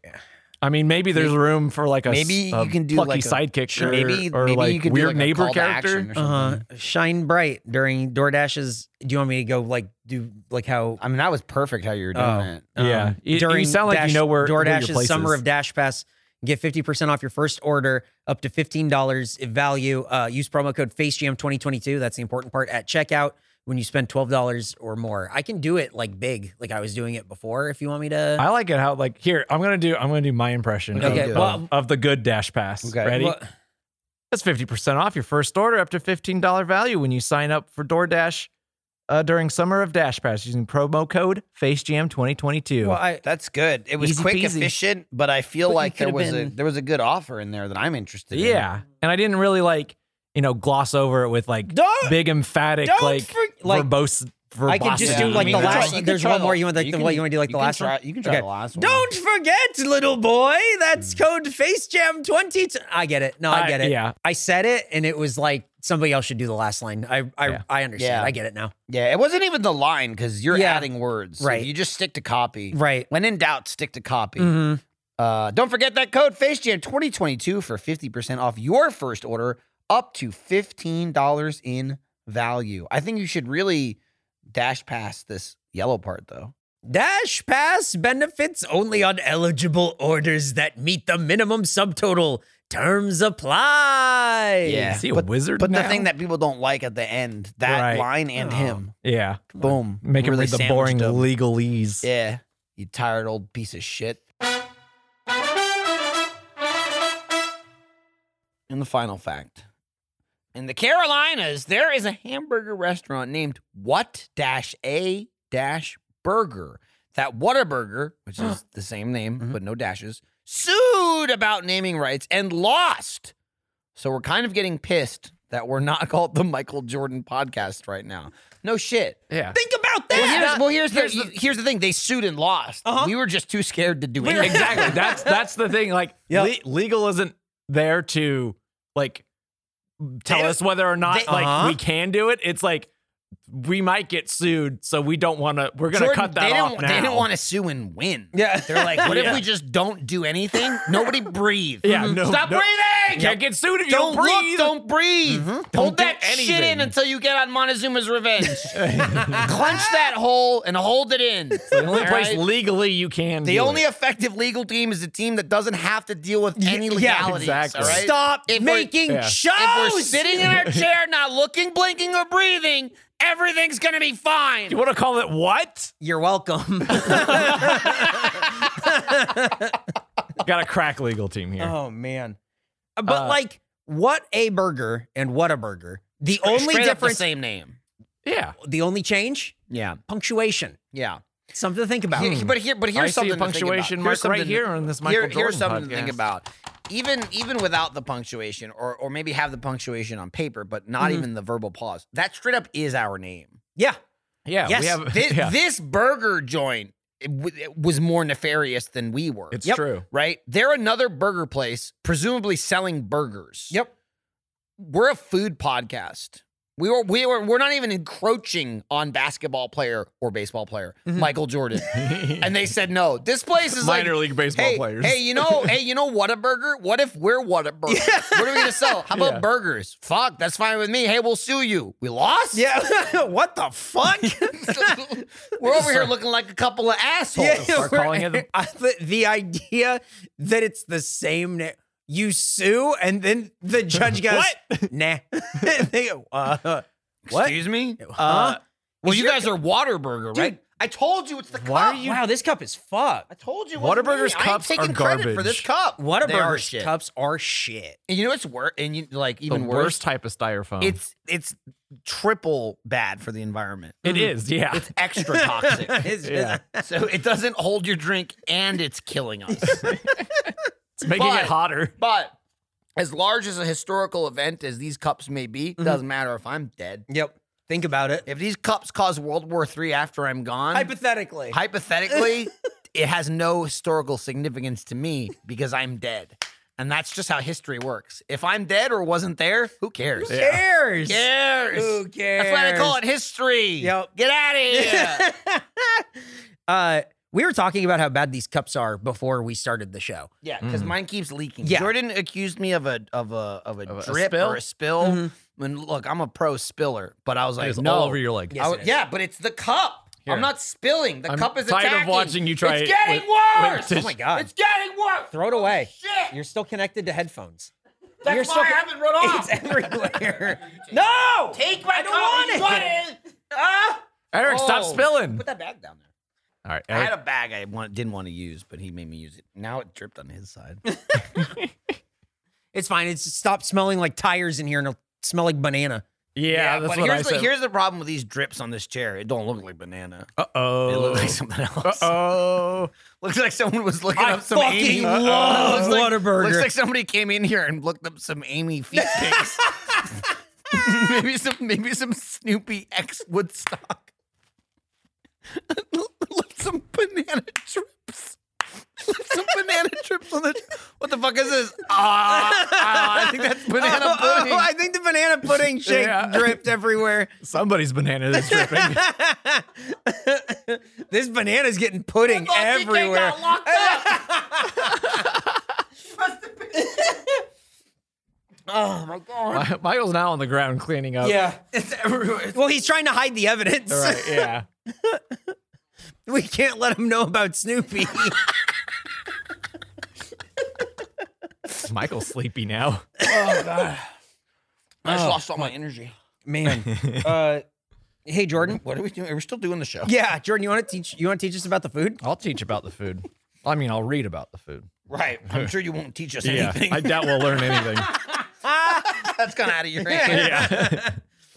D: I mean, maybe there's room for like a s-
C: Maybe
D: a
C: you can do
D: plucky
C: like a-
D: sidekick
C: Sure.
D: or,
C: Maybe-
D: or
C: maybe
D: like
C: you could do
D: weird
C: like a
D: neighbor
C: call to action
D: character.
C: or something.
B: Uh, shine bright during DoorDash's. Do you want me to go like do like how?
C: I mean, that was perfect how you were doing
B: Oh.
C: it.
D: Uh, Yeah. You- you sound like you know where- where your
B: DoorDash's
D: place
B: summer
D: is.
B: of Dash Pass. Get fifty percent off your first order, up to fifteen dollars value. Uh, use promo code FaceJam2022. That's the important part at checkout when you spend twelve dollars or more. I can do it like big, like I was doing it before. If you want me to,
D: I like it how like here I'm gonna do I'm gonna do my impression
B: Okay,
D: of,
B: well-
D: of- of the good dash pass.
C: Okay.
D: Ready?
B: Well,
D: That's fifty percent off your first order up to fifteen dollar value when you sign up for DoorDash uh, during summer of Dash Pass using promo code FaceJam2022.
B: well, I,
C: That's good. It was
D: Easy
C: quick,
D: peasy.
C: efficient, but I feel
B: But you
C: like there
B: could've
C: was a
B: been-
C: there was a good offer in there that I'm interested in.
D: yeah, and I didn't really like you know gloss over it with like
B: Don't-
D: big emphatic
B: don't
D: like,
B: for- like,
D: verbose.
B: I could just
D: verbosity.
B: do like
D: You
B: the
D: know?
B: last-
C: you can
B: there's
C: try
B: one more. You want, like, the-
C: can-
B: what, you wanna do, like, the
C: can
B: last
C: try-
B: one?
C: You can try
B: Okay.
C: the last one.
B: Don't forget, little boy. That's code FaceJam22. I get it. No, I
D: Hmm. I-
B: get it.
D: yeah.
B: I said it and it was like somebody else should do the last line. I I,
D: Yeah.
B: I understand.
C: Yeah.
B: I get it now.
C: Yeah, it wasn't even the line because you're
B: Yeah.
C: adding words.
B: Right.
C: You just stick to copy.
B: Right.
C: When in doubt, stick to copy.
B: Mhm.
D: Mm-hmm.
C: Uh, don't forget that code FaceJam2022 for 50% off your first order up to $15 in value. I think you should really dash past this yellow part though.
B: Dash Pass benefits only on eligible orders that meet the minimum subtotal. Terms apply.
C: Yeah.
D: Is he a
C: But-
D: wizard?
C: But the
D: now?
C: thing that people don't like at the end, that
D: Right.
C: line and
B: Oh.
C: him.
D: yeah,
C: Boom.
D: make him
C: Really
D: read the
C: sandwiched
D: boring
C: him.
D: legalese.
C: Yeah. You tired old piece of shit. And the final fact. In the Carolinas, there is a hamburger restaurant named What Dash A Dash Burger. That Whataburger, which is the same name,
B: Mhm.
C: but no dashes, sued about naming rights and lost. So we're kind of getting pissed that we're not called the Michael Jordan podcast right now. No shit.
D: yeah.
B: Think about
C: Well,
B: that.
C: here's, well, here's,
D: here's
C: the,
D: the-
C: here's the thing. They sued and lost.
B: Uh-huh.
C: We were just too scared to do it.
D: exactly. That's that's the thing. Like
B: Yeah.
D: le- legal isn't there to like tell
C: They
D: us whether or not
C: they-
D: like
B: Uh-huh.
D: we can do it. It's like we might get sued, so we don't want to. We're gonna
C: Jordan,
D: cut that
C: they
D: off
C: didn't,
D: now.
C: They didn't want to sue and win.
B: Yeah.
C: They're like, what
D: Yeah.
C: if we just don't do anything? Nobody breathe. Mm-hmm.
D: Yeah, no,
C: Stop
D: no.
C: breathing.
D: Can't get sued if
C: Don't
D: you don't
C: look.
D: breathe.
C: Don't breathe.
D: Don't
C: Hold
D: do
C: that shit
D: anything.
C: in until you get on Montezuma's revenge. Clench that hole and hold it in.
D: the only
C: All
D: place
C: right?
D: legally you can.
C: The
D: do
C: only
D: it.
C: effective legal team is a team that doesn't have to deal with any
B: yeah,
C: legalities.
D: exactly.
C: all right?
B: Stop
C: If we're-
B: making
D: Yeah.
B: shows.
C: If we're sitting in our chair, not looking, blinking, or breathing, everything's gonna be fine.
D: You want to call it what?
B: You're welcome.
D: Got a crack legal team here.
C: Uh-huh.
B: Oh man. But
D: Uh,
B: like what a burger and what a burger. The only
C: Straight up
B: difference
C: the same name.
D: yeah.
B: the only change,
C: Yeah,
B: punctuation.
C: yeah.
B: Something to think about.
C: Here- but here, but
D: I
C: here's
D: see
C: something
D: a punctuation
C: to think about. Here's
D: mark right
C: something-
D: here on this Michael
C: here- here's
D: Jordan
C: something to think
D: podcast.
C: about. Even even without the punctuation, or or maybe have the punctuation on paper, but not
D: Mm-hmm.
B: Mhm.
C: even the verbal pause. That straight up is our name.
B: Yeah.
D: Yeah,
B: Yes,
D: we have.
C: This,
D: yeah,
C: this burger joint it w- it was more nefarious than we were.
D: it's
B: Yep.
D: true.
C: right? They're another burger place, presumably selling burgers.
B: Yep.
C: We're a food podcast. We were we were we're not even encroaching on basketball player or baseball player, Michael Jordan. and they said no. This place is like
D: Minor league baseball
C: hey,
D: players.
C: Hey, you know, hey, you know what a burger? What if we're what a burger? What are we gonna sell? How about
D: Yeah.
C: burgers? Fuck, that's fine with me. Hey, we'll sue you. We lost?
B: Yeah. what the fuck?
C: we're over here looking like a couple of assholes.
D: Start calling it the-
B: I- the, the idea that it's the same na- you sue and then the judge goes, "Nah." they go, uh, what?
C: Excuse me?
B: Uh,
C: Well,
B: Is
C: you
B: your-
C: guys are Waterburger, right? I told you it's the
B: Why
C: cup.
B: are you? Wow, this cup is fucked.
C: I told you. it wasn't
D: Whataburger's
C: me. I ain't
D: cups are
C: taking credit for
D: garbage.
C: this cup. They are
B: Whataburger's
C: shit.
B: cups are shit.
C: And you know what's worse? And you like
D: the
C: even
D: worst,
C: worse.
D: type of styrofoam.
C: It's it's triple bad for the environment.
D: it is. Yeah.
C: It's extra toxic.
B: It's-
D: Yeah.
C: so it doesn't hold your drink, and it's killing us.
D: It's making
C: But-
D: it hotter.
C: but as large as a historical event as these cups may be, doesn't matter if I'm dead.
B: Yep. Think about it.
C: If these cups cause World War III after I'm gone,
B: Hypothetically.
C: hypothetically, it has no historical significance to me because I'm dead. And that's just how history works. If I'm dead or wasn't there, who cares?
B: Who cares?
C: Cares.
B: Who cares?
C: That's why they call it history.
B: Yep.
C: Get out of here.
B: uh, We were talking about how bad these cups are before we started the show.
C: Yeah,
E: Hmm.
C: because mine keeps leaking.
B: Yeah.
C: Jordan accused me of a of a of a
E: Of a
C: drip
E: spill?
C: or a spill. And look, I'm a pro spiller, but I was like,
E: It's
C: no.
E: all over your leg.
C: I was-
B: it is.
C: yeah, but it's the cup.
E: Here.
C: I'm not spilling. The
E: I'm
C: cup is
E: tired of
C: attacking.
E: watching you try
C: It's
E: it
C: getting
E: with- with
C: worse.
E: tissue.
B: Oh my God.
C: It's getting worse.
B: Throw it away.
C: Oh, Shit.
B: You're still connected to headphones.
C: That's
B: You're
C: why
B: so-
C: I haven't run off.
B: It's everywhere. no!
C: Take my
B: I don't
C: cup.
B: want
C: it. Ah!
D: Eric, stop
C: Oh.
D: spilling.
C: Put that bag down there.
D: All right,
C: I
D: Eric.
C: had a bag I want, didn't want to use, but he made me use it. Now it dripped on his side.
B: It's fine. It's stop smelling like tires in here and it'll smell like banana.
E: Yeah, that's
C: but
E: what I
C: here's, the,
E: said.
C: here's the problem with these drips on this chair. It don't look like banana.
E: Uh
C: It
E: oh.
C: looks like something
E: Uh
C: else.
E: oh.
C: Looks like someone was looking
B: I
C: up some
B: fucking
C: Amy.
B: love
C: Looks like-
B: uh, Whataburger.
C: Looks like somebody came in here and looked up some Amy feet pics. maybe some maybe some Snoopy ex Woodstock. Left some banana trips. Left some banana trips on the. What the fuck is this? Ah, ah, I think that's banana pudding.
B: Oh, I think the banana pudding shake
E: Yeah.
B: dripped everywhere.
E: Somebody's banana is dripping.
B: this banana's getting pudding everywhere.
C: oh my god.
D: Mi- Michael's now on the ground cleaning up.
B: Yeah. It's everywhere. Well, he's trying to hide the evidence.
D: All right, yeah.
B: We can't let him know about Snoopy.
D: Michael's sleepy now.
C: I just lost all Oh, my energy.
B: Man. Uh, hey Jordan.
C: What are we doing? Are we still doing the show?
B: Yeah, Jordan, you want to teach you want to teach us about the food?
D: I'll teach about the food. I mean, I'll read about the food.
C: Right. I'm sure you won't teach us anything.
D: I doubt we'll learn anything.
C: That's gone out of your hand.
D: yeah.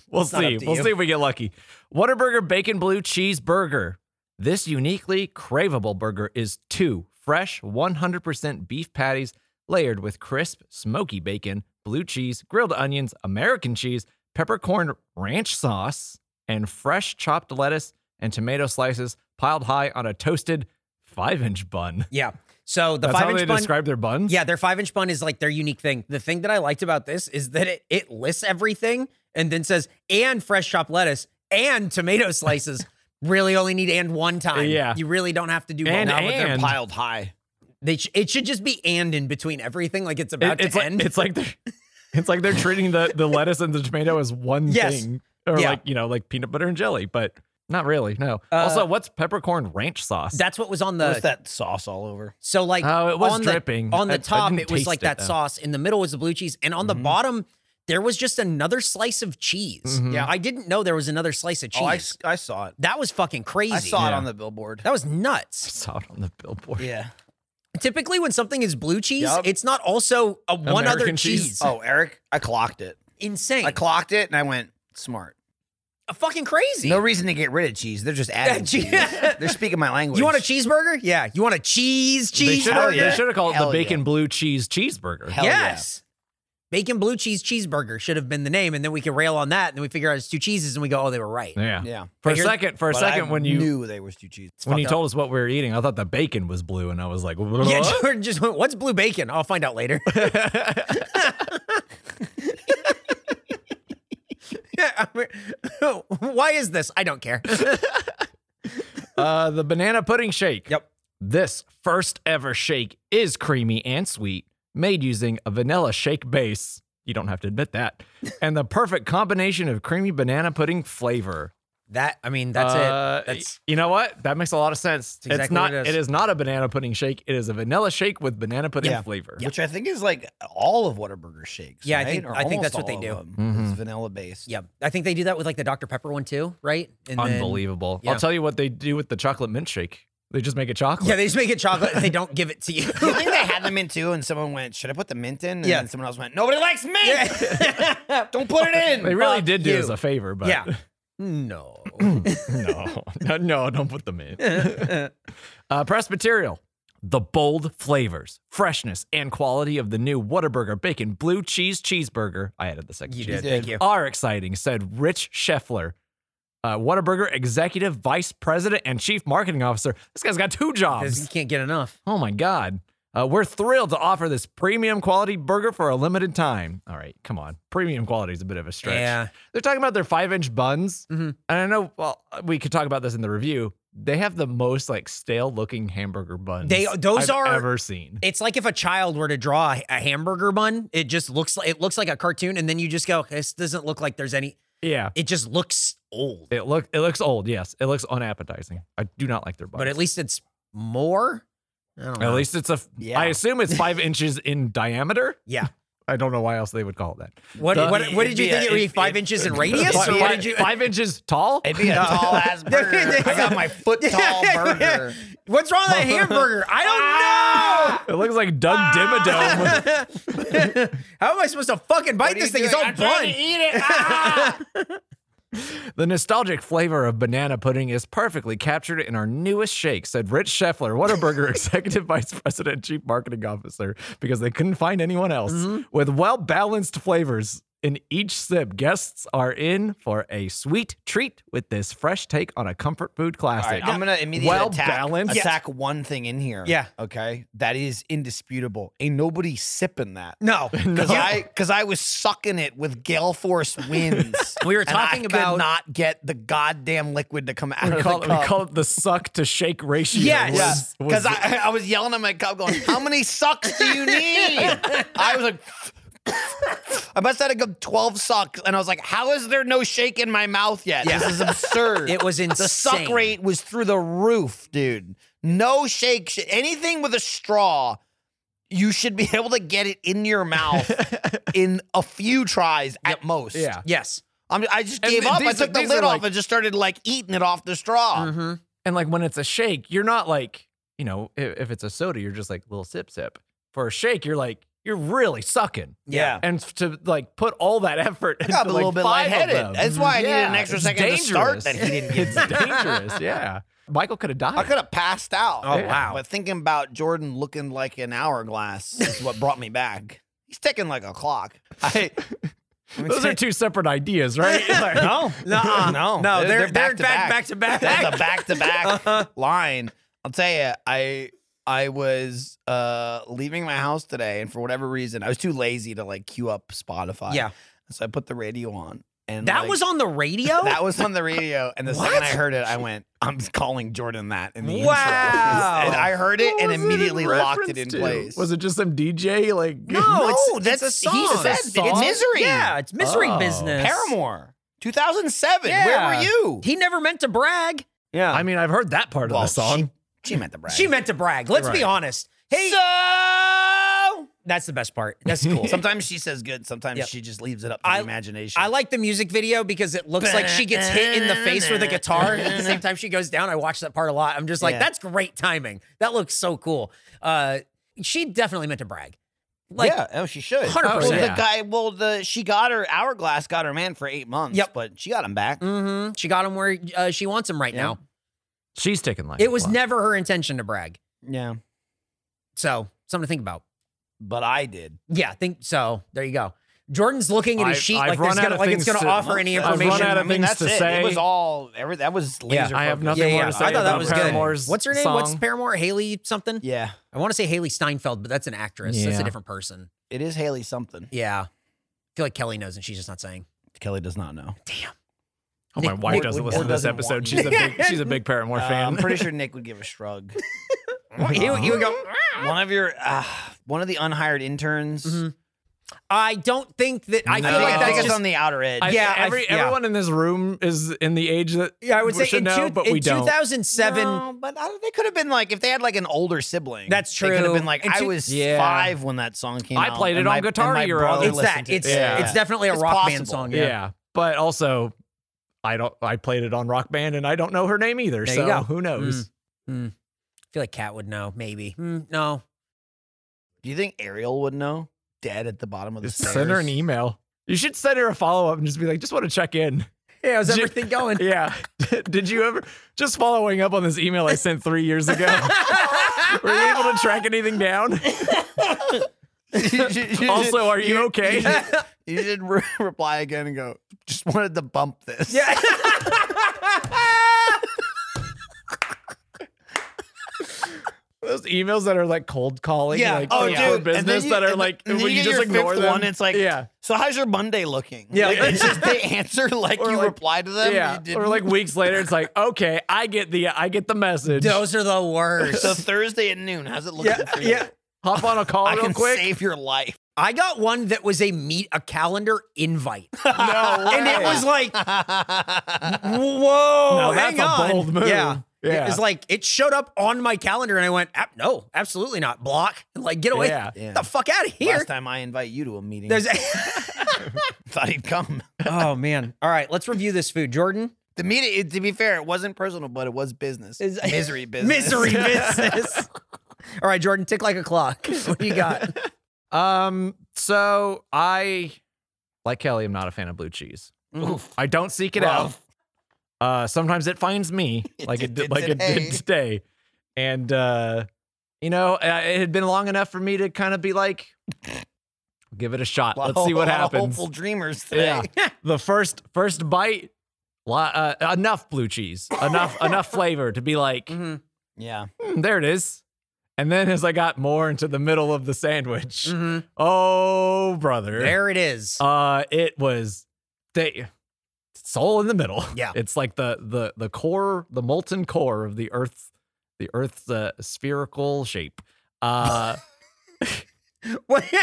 D: we'll
B: not
D: see.
B: up to
D: We'll
B: you.
D: see if we get lucky. Whataburger Bacon Blue Cheese Burger. This uniquely craveable burger is two fresh 100% beef patties layered with crisp, smoky bacon, blue cheese, grilled onions, American cheese, peppercorn ranch sauce, and fresh chopped lettuce and tomato slices piled high on a toasted five inch bun.
B: Yeah. So the
D: That's
B: five
D: how they
B: inch bun.
D: describe their buns?
B: yeah, their five inch bun is like their unique thing. The thing that I liked about this is that it it lists everything and then says and fresh chopped lettuce and tomato slices. really only need and one time.
D: Yeah.
B: You really don't have to do
D: And-
B: both.
C: Now with them
D: And-
C: piled high.
B: They sh- it should just be and in between everything, like it's
D: It-
B: about
D: it's
B: to
D: like
B: end.
D: it's like they're it's like they're treating the the lettuce and the tomato as one
B: Yes.
D: thing, or
B: Yeah.
D: like you know like peanut butter and jelly, but not really. No. also, what's peppercorn ranch sauce?
B: That's what was on the
C: What's that sauce all over?
B: So like
D: Oh, it was
B: on
D: dripping.
B: The, on
D: I- I
B: the top,
D: didn't
B: it was
D: taste
B: like
D: it,
B: that
D: though. Mm-hmm.
B: sauce. In the middle was the blue cheese, and on the bottom, there was just another slice of cheese.
D: Mm-hmm.
C: Yeah.
B: I didn't know there was another slice of cheese.
C: Oh, I, s- I saw it.
B: that was fucking crazy.
C: I saw it
D: Yeah.
C: on the billboard.
B: That was nuts.
D: saw it on the billboard.
C: Yeah.
B: Typically, when something is blue cheese,
C: Yup.
B: it's not also a one other
D: American cheese.
B: cheese.
C: Oh, Eric, I clocked it.
B: Insane. Uh,
C: I clocked it and I went, smart.
B: fucking crazy.
C: No reason to get rid of cheese. They're just adding
B: cheese.
C: cheese. They're speaking my language.
B: you want a cheeseburger? Yeah. You want a cheese
D: They
B: cheeseburger?
D: should have
C: yeah.
D: called it
C: Hell
D: the
C: yeah.
D: bacon blue cheese cheeseburger.
C: Hell yeah.
B: yes. Bacon blue cheese cheeseburger should have been the name, and then we could rail on that, and then we figure out it's two cheeses, and we go, oh, they were right.
D: Yeah.
C: Yeah.
D: For
B: I
D: a
B: hear-
D: second, for a
C: But
D: second,
C: I
D: when you
C: knew they was two cheese.
D: when you
B: fucked up.
D: told us what we were eating, I thought the bacon was blue, and I was like,
B: Yeah,
D: "What?"
B: Jordan just went, what's blue bacon? I'll find out later. Yeah, I'm- Why is this? I don't care.
D: Uh, the banana pudding shake.
B: Yep.
D: This first ever shake is creamy and sweet, made using a vanilla shake base. You don't have to admit that. And the perfect combination of creamy banana pudding flavor.
B: That I mean, that's
D: Uh,
B: it. That's
D: you know what? That makes a lot of sense. it's
B: exactly what
D: not
B: it is.
D: it is not a banana pudding shake. It is a vanilla shake with banana pudding
C: Yeah.
D: flavor.
C: Which I think is like all of Whataburger shakes.
B: Yeah, I
C: right?
B: think-
C: Or
B: I think that's
C: almost
B: what they
C: all
B: do.
C: of them.
D: Mhm.
C: It's vanilla based.
B: yeah. I think they do that with like the Dr Pepper one too, right? And then-
D: Unbelievable.
B: yeah.
D: I'll tell you what they do with the chocolate mint shake. They just make it chocolate.
B: yeah, they just make it chocolate. and They don't give it to you.
C: Do you think they had them in too, and someone went, "Should I put the mint in?" And
B: Yeah.
C: then someone else went, "Nobody likes mint.
B: Yeah.
C: Don't put it in."
D: They really
B: Fuck
D: did do
B: you.
D: us a favor, but
B: yeah. No.
D: no, no, no, don't put them in. uh, press material. The bold flavors, freshness, and quality of the new Whataburger Bacon Blue Cheese Cheeseburger. I added the second
B: You
D: cheese.
B: did. Thank you.
D: Are exciting, said Rich Scheffler, uh, Whataburger Executive Vice President and Chief Marketing Officer. This guy's got two jobs.
B: Because you can't get enough.
D: Oh my God. Uh, we're thrilled to offer this premium quality burger for a limited time. All right, come on. Premium quality is a bit of a stretch.
B: Yeah.
D: They're talking about their five inch buns.
B: Mhm.
D: And I know, well, we could talk about this in the review, They have the most like stale looking hamburger buns.
B: They- those
D: I've
B: are-
D: ever seen.
B: It's like if a child were to draw a hamburger bun, it just looks like it looks like a cartoon, and then you just go, "This doesn't look like there's any."
D: yeah,
B: It just looks old,
D: it look it looks old. Yes, it looks unappetizing. I do not like their buns.
B: but at least it's more. I don't know.
D: at least it's a. I
C: Yeah.
D: assume it's five inches in diameter.
B: yeah.
D: I don't know why else they would call it that.
B: What
D: The-
B: what, what did you
C: it'd be
B: think?
C: a-
B: it would be
C: it'd-
B: five
C: it'd-
B: inches in
C: it'd-
B: radius,
D: Fi-
B: or
D: fi-
B: what did you?
D: five inches tall?
C: It'd be a tall ass burger. I got my foot tall burger.
B: What's wrong with that hamburger?
C: Ah!
B: I
D: It looks like Doug Dimmadome.
B: don't know. How am I supposed to fucking bite this thing? It's all bun.
D: The nostalgic flavor of banana pudding is perfectly captured in our newest shake, said Rich Scheffler, Whataburger Executive Vice President, Chief Marketing Officer, because they couldn't find anyone else. With well balanced flavors in each sip, guests are in for a sweet treat with this fresh take on a comfort food
C: All right,
D: classic.
C: I'm gonna immediately
D: Well
C: attack,
D: balanced.
C: attack one thing in here.
B: Yeah.
C: Okay. That is indisputable. Ain't nobody sipping that.
B: No,
C: Because I because I was sucking it with gale force winds.
B: We were
C: and
B: talking
C: I
B: about-
C: could not get the goddamn liquid to come out
D: we,
C: of
D: call
C: the
D: it, we
C: cup.
D: call it the suck to shake ratio.
B: Yes.
D: was-
C: yeah,
B: Yes.
D: was-
C: because I, I was yelling at my cup, going, "How many sucks do you need?" I was like, "I must have had a good twelve sucks," and I was like, "How is there no shake in my mouth yet?
B: Yeah.
C: This is absurd."
B: it was insane.
C: The suck rate was through the roof, dude. No shake, sh- anything with a straw, you should be able to get it in your mouth in a few tries at most.
D: yeah.
B: Yes.
C: I'm, I just
D: And
C: gave
D: th-
C: up. I
D: these are-
C: took the
D: these
C: lid
D: are
C: off
D: like-
C: and just started like eating it off the straw.
B: Mm-hmm.
D: And like when it's a shake, you're not like, you know, if, if it's a soda, you're just like little sip sip. For a shake, you're like, you're really sucking.
C: Yeah.
D: And to like put all that effort into
C: got a little
D: like
C: bit
D: five of
C: lightheaded.
D: them.
C: That's why I needed
D: Yeah,
C: an extra
D: it's
C: second to start
D: dangerous.
C: that he didn't get.
D: It's dangerous. Yeah. Michael could have died.
C: I could have passed out.
B: Oh,
D: Yeah.
B: wow.
C: But thinking about Jordan looking like an hourglass is what brought me back. He's ticking like a clock. I, I mean,
D: Those are two separate ideas, right? Like,
C: no,
B: Nuh-uh.
C: no,
B: No, they're- they're
C: back to
B: back- back to back. Uh-huh.
C: That's a back to back line. I'll tell you, I I was uh, leaving my house today, and for whatever reason, I was too lazy to like queue up Spotify.
B: Yeah.
C: so I put the radio on, and
B: That
C: like,
B: was on the radio.
C: That was on the radio, and the
B: Oh. What?
C: second I heard it, I went, "I'm calling Jordan that." In the intro."
B: Wow.
C: And I heard it
D: What
C: and
D: was in
C: immediately locked it
D: reference
C: in
D: to?
C: place.
D: Was it just some DJ? Like,
B: no, it's,
C: No,
B: it's
C: that's-
B: a song.
C: he said
B: It's a
C: it-
B: song.
C: Misery.
B: Yeah, it's misery
D: Oh.
B: business.
C: Paramore, 2007. Where
B: Yeah.
C: were you?
B: He never meant to brag.
C: yeah,
D: I mean, I've heard that part
C: Well,
D: of the song.
C: she, she meant the brag.
B: She meant to brag. Let's be honest. Hey,
C: So
B: that's the best part. That's cool.
C: sometimes she says good. Sometimes
B: Yep.
C: she just leaves it up to
B: I-
C: the imagination.
B: I like the music video because it looks like she gets hit in the face with a guitar at the same time she goes down. I watch that part a lot. I'm just like,
C: Yeah.
B: that's great timing. That looks so cool. Uh, she definitely meant to brag. Like,
C: yeah, oh, she should.
B: 100%.
C: Well,
D: Yeah.
C: the guy, well, the she got her hourglass, got her man for eight months.
B: Yep.
C: but she got him back.
B: mhm, she got him where uh, she wants him right
C: Yeah.
B: now.
D: She's taking life.
B: It was
D: Wow.
B: never her intention to brag.
C: Yeah,
B: So, something to think about.
C: but I did.
B: Yeah, I think so. There you go. Jordan's looking at his
D: I've-
B: sheet
D: I've
B: like, there's
D: run out
B: gonna,
D: of
B: like it's
D: things
B: going to
D: to-
B: offer any
D: I've run
B: information.
D: out
C: I
D: of
C: mean,
D: things
C: that's
D: to
C: it.
D: say.
C: It was all. Every, that was laser.
D: I have
C: focused.
D: nothing
B: yeah,
D: more
B: yeah.
D: to say
B: I thought that
D: about
B: was
D: Paramore's
B: good. What's her name? What's
D: song.
B: Paramore? Haley something?
C: Yeah,
B: I want to say Haley Steinfeld, but that's an actress. That's a
D: Yeah.
B: different person.
C: it is Haley something.
B: Yeah. I feel like Kelly knows and she's just not saying.
C: Kelly does not know.
B: Damn.
D: Oh, my
B: Nick-
D: wife
C: Nick
D: doesn't
C: would-
D: listen to this
C: doesn't
D: episode.
C: want
D: She's a
C: you.
D: big, she's a big Paramore
C: Uh,
D: fan.
C: I'm pretty sure Nick would give a shrug.
B: He, would- he would go,
C: one of your, uh, one of the unhired interns.
B: Mhm. I don't think that. I
C: Mm-hmm. I,
B: feel like
C: think, I think
B: that's
C: it's
B: just.
C: on the outer edge.
D: I-
B: Yeah, I-
D: every,
B: yeah.
D: everyone in this room is in the age that
B: yeah, I would
D: we
B: say in,
D: should know,
B: two,
D: but
B: in
D: we don't.
B: 2007.
C: No, but I, they could have been like if they had like an older sibling.
B: That's
C: They could
B: true.
C: have been like
B: And
C: I
B: two-
C: was
D: Yeah.
C: five when that song came
D: I
C: out.
D: played it
C: and
D: on
C: my-
D: Guitar
C: and my
D: Hero.
C: brother
B: It's that.
C: listened to it.
B: It's
D: Yeah.
B: it's definitely a
C: It's
B: rock band
C: possible.
B: song.
D: yeah. but also I don't. I played it on Rock Band, and I don't know her name either.
B: There you
D: so
B: go.
D: who
E: Mm.
D: knows?
B: I feel like Kat would know. Maybe. Mm, no.
C: Do you think Ariel would know? Dead at the bottom of the
D: Just
C: stairs.
D: send her an email. You should send her a follow up and just be like, just want to check in.
B: Yeah, how's
D: Ju-
B: everything going?
D: Yeah. Did you ever just following up on this email I sent three years ago? Were you able to track anything down? Also, are you okay?
C: You should re- reply again and go. Just wanted to bump this.
B: Yeah.
D: those emails that are like cold calling,
C: Yeah.
D: like
E: Oh,
D: oh,
E: dude.
D: for
E: And then
D: business
E: you-
D: that are
E: and
D: like
E: then
D: when
E: you
D: you,
E: get
D: just
E: your
D: ignore
E: fifth
D: them.
E: one, it's like-
D: yeah,
E: So how's your Monday looking?
D: Yeah.
E: Like,
C: it's just they answer like
D: Or
C: you
D: like-
C: reply to them.
D: yeah.
C: You
D: Or like weeks later, it's like okay, I get the I get the message.
B: Those are the worst.
C: so Thursday at noon. How's it looking
D: yeah,
C: for you?
D: yeah. Hop on a call
C: I
D: real
C: can
D: quick.
C: save your life.
B: I got one that was a meet a calendar invite.
D: no,
B: And it
D: way.
B: was like,
C: That's
B: whoa,
D: Now
B: hang
D: that's a
B: on.
D: bold move.
B: Yeah.
D: Yeah.
B: It was like it showed up on my calendar and I went, "Ah, no, absolutely not. Block. Like, get away.
D: Yeah.
C: Yeah.
B: Get the fuck out of here.
C: Last time I invite you to a meeting,
B: There's
C: thought he'd come.
B: Oh man. All right, let's review this food. Jordan.
C: The meeting, it- to be fair, it wasn't personal, but it was business.
B: Is-
C: Misery business.
B: Misery business. All right, Jordan, tick like a clock. What do you got?
D: Um, so I like Kelly, I'm not a fan of blue cheese.
C: Oof.
D: I don't seek it out.
C: Rough.
D: Uh sometimes it finds me
C: It
D: like it
C: did-
D: did, like
C: did
D: it
C: today.
D: did today. And uh you know, uh, it had been long enough for me to kind of be like give it a shot. Let's see what
C: A lot of
D: happens.
C: Hopeful dreamers
D: Yeah.
C: today.
D: the first first bite lo- uh, enough blue cheese, enough enough flavor to be like,
B: Mhm,
C: Yeah.
D: "Hmm, there it is. And then as I got more into the middle of the sandwich,
C: Mm.
B: mhm.
D: oh brother.
B: There it is.
D: Uh, it was they soul in the middle.
B: Yeah.
D: it's like the the the core, the molten core of the Earth, the Earth's uh, spherical shape. Uh,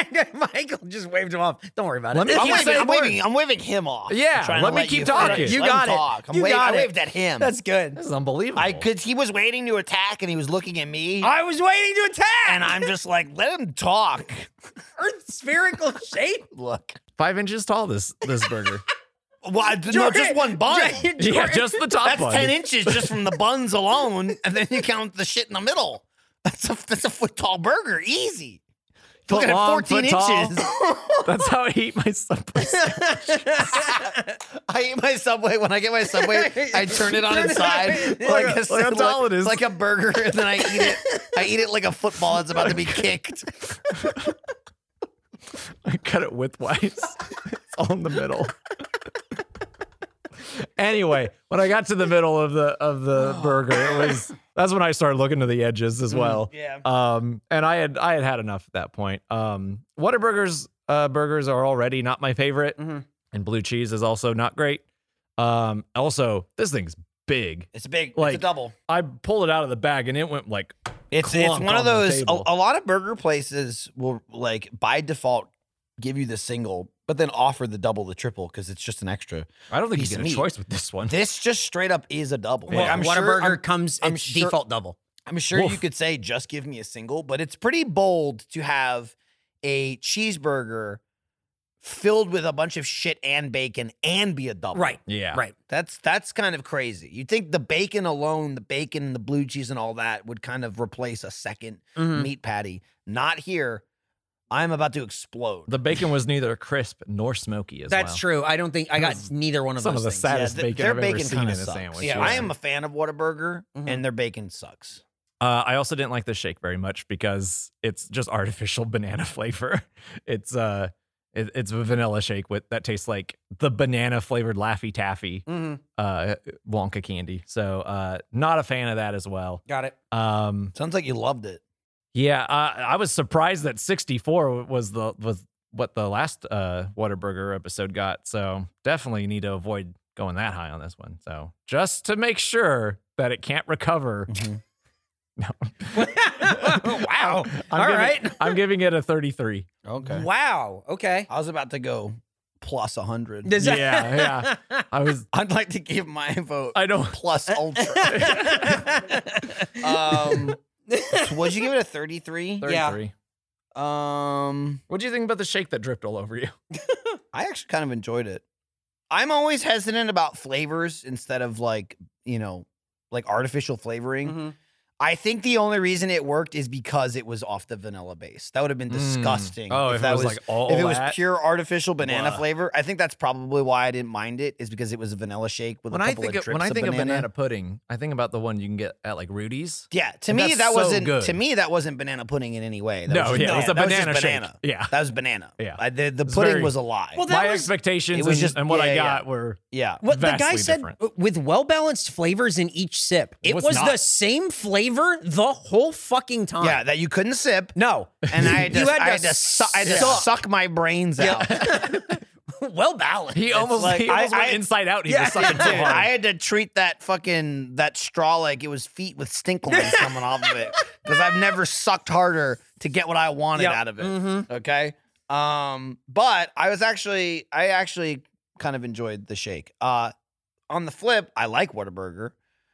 B: Michael just waved him off. Don't worry about
D: Let
B: it. If
D: me-
C: I'm
B: you
D: wait,
C: waving,
B: say
C: I'm,
B: a word-
C: waving, I'm waving him off.
D: Yeah,
C: I'm trying to
D: let me keep talking.
C: finish.
B: You
C: Let him
B: got it.
C: talk. I'm
B: You
C: waving-
B: got
C: I
B: it.
C: waved at him.
B: That's good.
D: this is unbelievable.
C: I could. He was waiting to attack, and he was looking at me,
B: I was waiting to attack.
C: and I'm just like, "Let him talk."
B: Earth spherical shape.
C: Look,
D: five inches tall. This this burger.
C: well, I, no, just one bun.
B: Jordan-
D: yeah, just the top
C: That's
D: one.
C: ten inches just from the buns alone, and then you count the shit in the middle. That's a that's a foot tall burger, easy.
D: Foot
C: Looking at
D: long,
C: 14
D: foot tall.
C: inches.
D: That's how I eat my supper.
C: I eat my Subway. When I get my Subway, I turn it on
B: Turn it
C: its side.
B: on.
C: Like,
D: Look
C: a,
D: at- look how tall it is.
C: like a burger, and then I eat it. I eat it like a football that's about to be kicked.
D: I cut it widthwise. it's all in the middle. anyway, when I got to the middle of the of the burger, it was that's when I started looking to the edges as well.
C: yeah.
D: Um, and I had I had had enough at that point. Um, Whataburger's uh, burgers are already not my favorite,
B: Mhm.
D: and blue cheese is also not great. Um, also this thing's big.
C: It's big.
D: Like-
C: it's a double.
D: I pulled it out of the bag and it went like
C: It's it's
D: clump
C: one of
D: on the
C: those. A,
D: table.
C: a lot of burger places will like by default give you the single, but then offer the double, the triple because it's just an extra.
D: I don't think
C: Piece
D: you
C: of
D: get a
C: meat.
D: choice with this one.
C: This just straight up is a double.
D: Yeah.
C: Like, I'm sure.
B: Whataburger
C: I'm,
B: comes
C: I'm
B: it's
C: sure-
B: default double.
C: I'm sure you
D: Woof.
C: could say just give me a single, but it's pretty bold to have a cheeseburger filled with a bunch of shit and bacon and be a double.
B: Right.
D: Yeah.
B: Right.
C: That's that's kind of crazy. You'd think the bacon alone, the bacon and the blue cheese and all that would kind of replace a second
D: Mm-hmm. Hmm.
B: Mhm.
C: meat patty. Not here. I'm about to explode.
D: The bacon was neither crisp nor smoky as
B: That's
D: well.
B: true. I don't think I got
D: That's
B: neither one of
D: some
B: those
D: of the
B: things.
D: sad- saddest
C: th-
D: bacon I've ever seen
C: kinda
D: in a
C: sucks.
D: sandwich,
C: Yeah,
D: yeah. Mm-hmm.
C: I am a fan of Whataburger,
B: Mhm.
C: and their bacon sucks.
D: Uh, I also didn't like the shake very much because it's just artificial banana flavor. It's uh, it, it's a vanilla shake with that tastes like the banana flavored Laffy Taffy
B: Mhm.
D: uh, Wonka candy. So uh, not a fan of that as well.
B: Got it.
D: Um,
C: Sounds like you loved it.
D: yeah, uh, I was surprised that 64 was the was what the last uh Whataburger episode got. So definitely need to avoid going that high on this one. So just to make sure that it can't recover.
B: wow.
D: I'm
B: All
D: giving-
B: right.
D: I'm giving it a 33.
C: Okay.
B: Wow. Okay.
C: I was about to go plus 100.
B: Does that-
D: Yeah, I was
C: I'd like to give my vote
D: I don't
C: plus ultra. um, would you give it a 33?
B: Yeah.
D: 33.
C: Um,
D: What do you think about the shake that dripped all over you?
C: I actually kind of enjoyed it. I'm always hesitant about flavors instead of like, you know, like artificial flavoring.
D: Mm-hmm.
B: Mhm.
C: I think the only reason it worked is because it was off the vanilla base. That would have been disgusting.
D: Mm. Oh, if,
C: that
D: that was, like all
C: if it was
D: that.
C: pure artificial banana
D: Blah.
C: flavor, I think that's probably why I didn't mind it. Is because it was a vanilla shake with
D: when
C: a
D: I
C: couple
D: think
C: of
D: of,
C: drips
D: when I
C: of
D: think
C: banana.
D: of banana pudding, I think about the one you can get at like Rudy's.
C: Yeah, to
D: And
C: me
D: that's
C: that
D: so
C: wasn't
D: good.
C: to me that wasn't banana pudding in any way. That
D: no,
C: was just-
D: yeah, it's a
C: that was just
D: banana shake.
C: banana.
D: Yeah.
C: That was banana.
D: Yeah.
C: I, the the
D: It's
C: pudding
D: very-
C: was a lie.
B: Well, that
D: My
B: was-
D: expectations
C: it was
D: and,
C: just-
D: and what
C: yeah,
D: I
C: yeah.
D: got were
C: yeah.
B: What the guy
D: Vastly
B: said
D: different.
B: uh, with well balanced flavors in each sip, it
D: was
B: was,
D: not.
B: the same flavor the whole fucking time.
C: Yeah, that you couldn't sip.
B: No.
C: And I had to,
B: You had
C: I
B: to
C: had to, su- I had to
B: suck.
C: suck my brains out.
B: well balanced.
D: He almost,
C: like,
D: he almost
C: I-
D: went
C: I-
D: inside out. He was
C: Dude,
D: sucking so hard.
C: I had to treat that fucking that straw like it was feet with stink lines coming off of it because I've never sucked harder to get what I wanted
B: Yep.
C: out of it.
B: Mhm.
C: Okay, um, but I was actually I actually kind of enjoyed the shake. Uh, on the flip, I like Whataburger.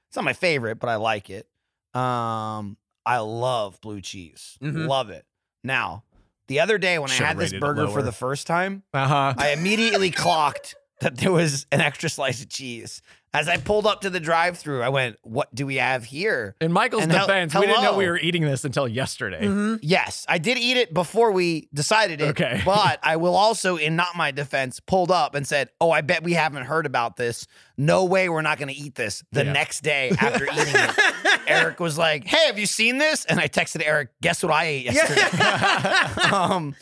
C: It's not my favorite, but I like it. Um, I love blue cheese.
B: Mhm.
C: Love it. Now, the other day when
D: Should've
C: I had this
D: rated Mm-hmm. it
C: burger
D: lower.
C: for the first time,
D: Uh-huh.
C: I immediately clocked that there was an extra slice of cheese. As I pulled up to the drive through, I went, What do we have here?
D: In Michael's
C: And hel-
D: defense, we didn't know
C: hello.
D: we were eating this until yesterday.
C: Yes, I did eat it before we decided it.
D: Mm-hmm. Okay.
C: But I will also, in not my defense, pulled up and said, Oh, I bet we haven't heard about this. No way we're not going to eat this the
D: Yeah.
C: next day after eating it. Eric was like, Hey, have you seen this? And I texted Eric, Guess what I ate yesterday? um,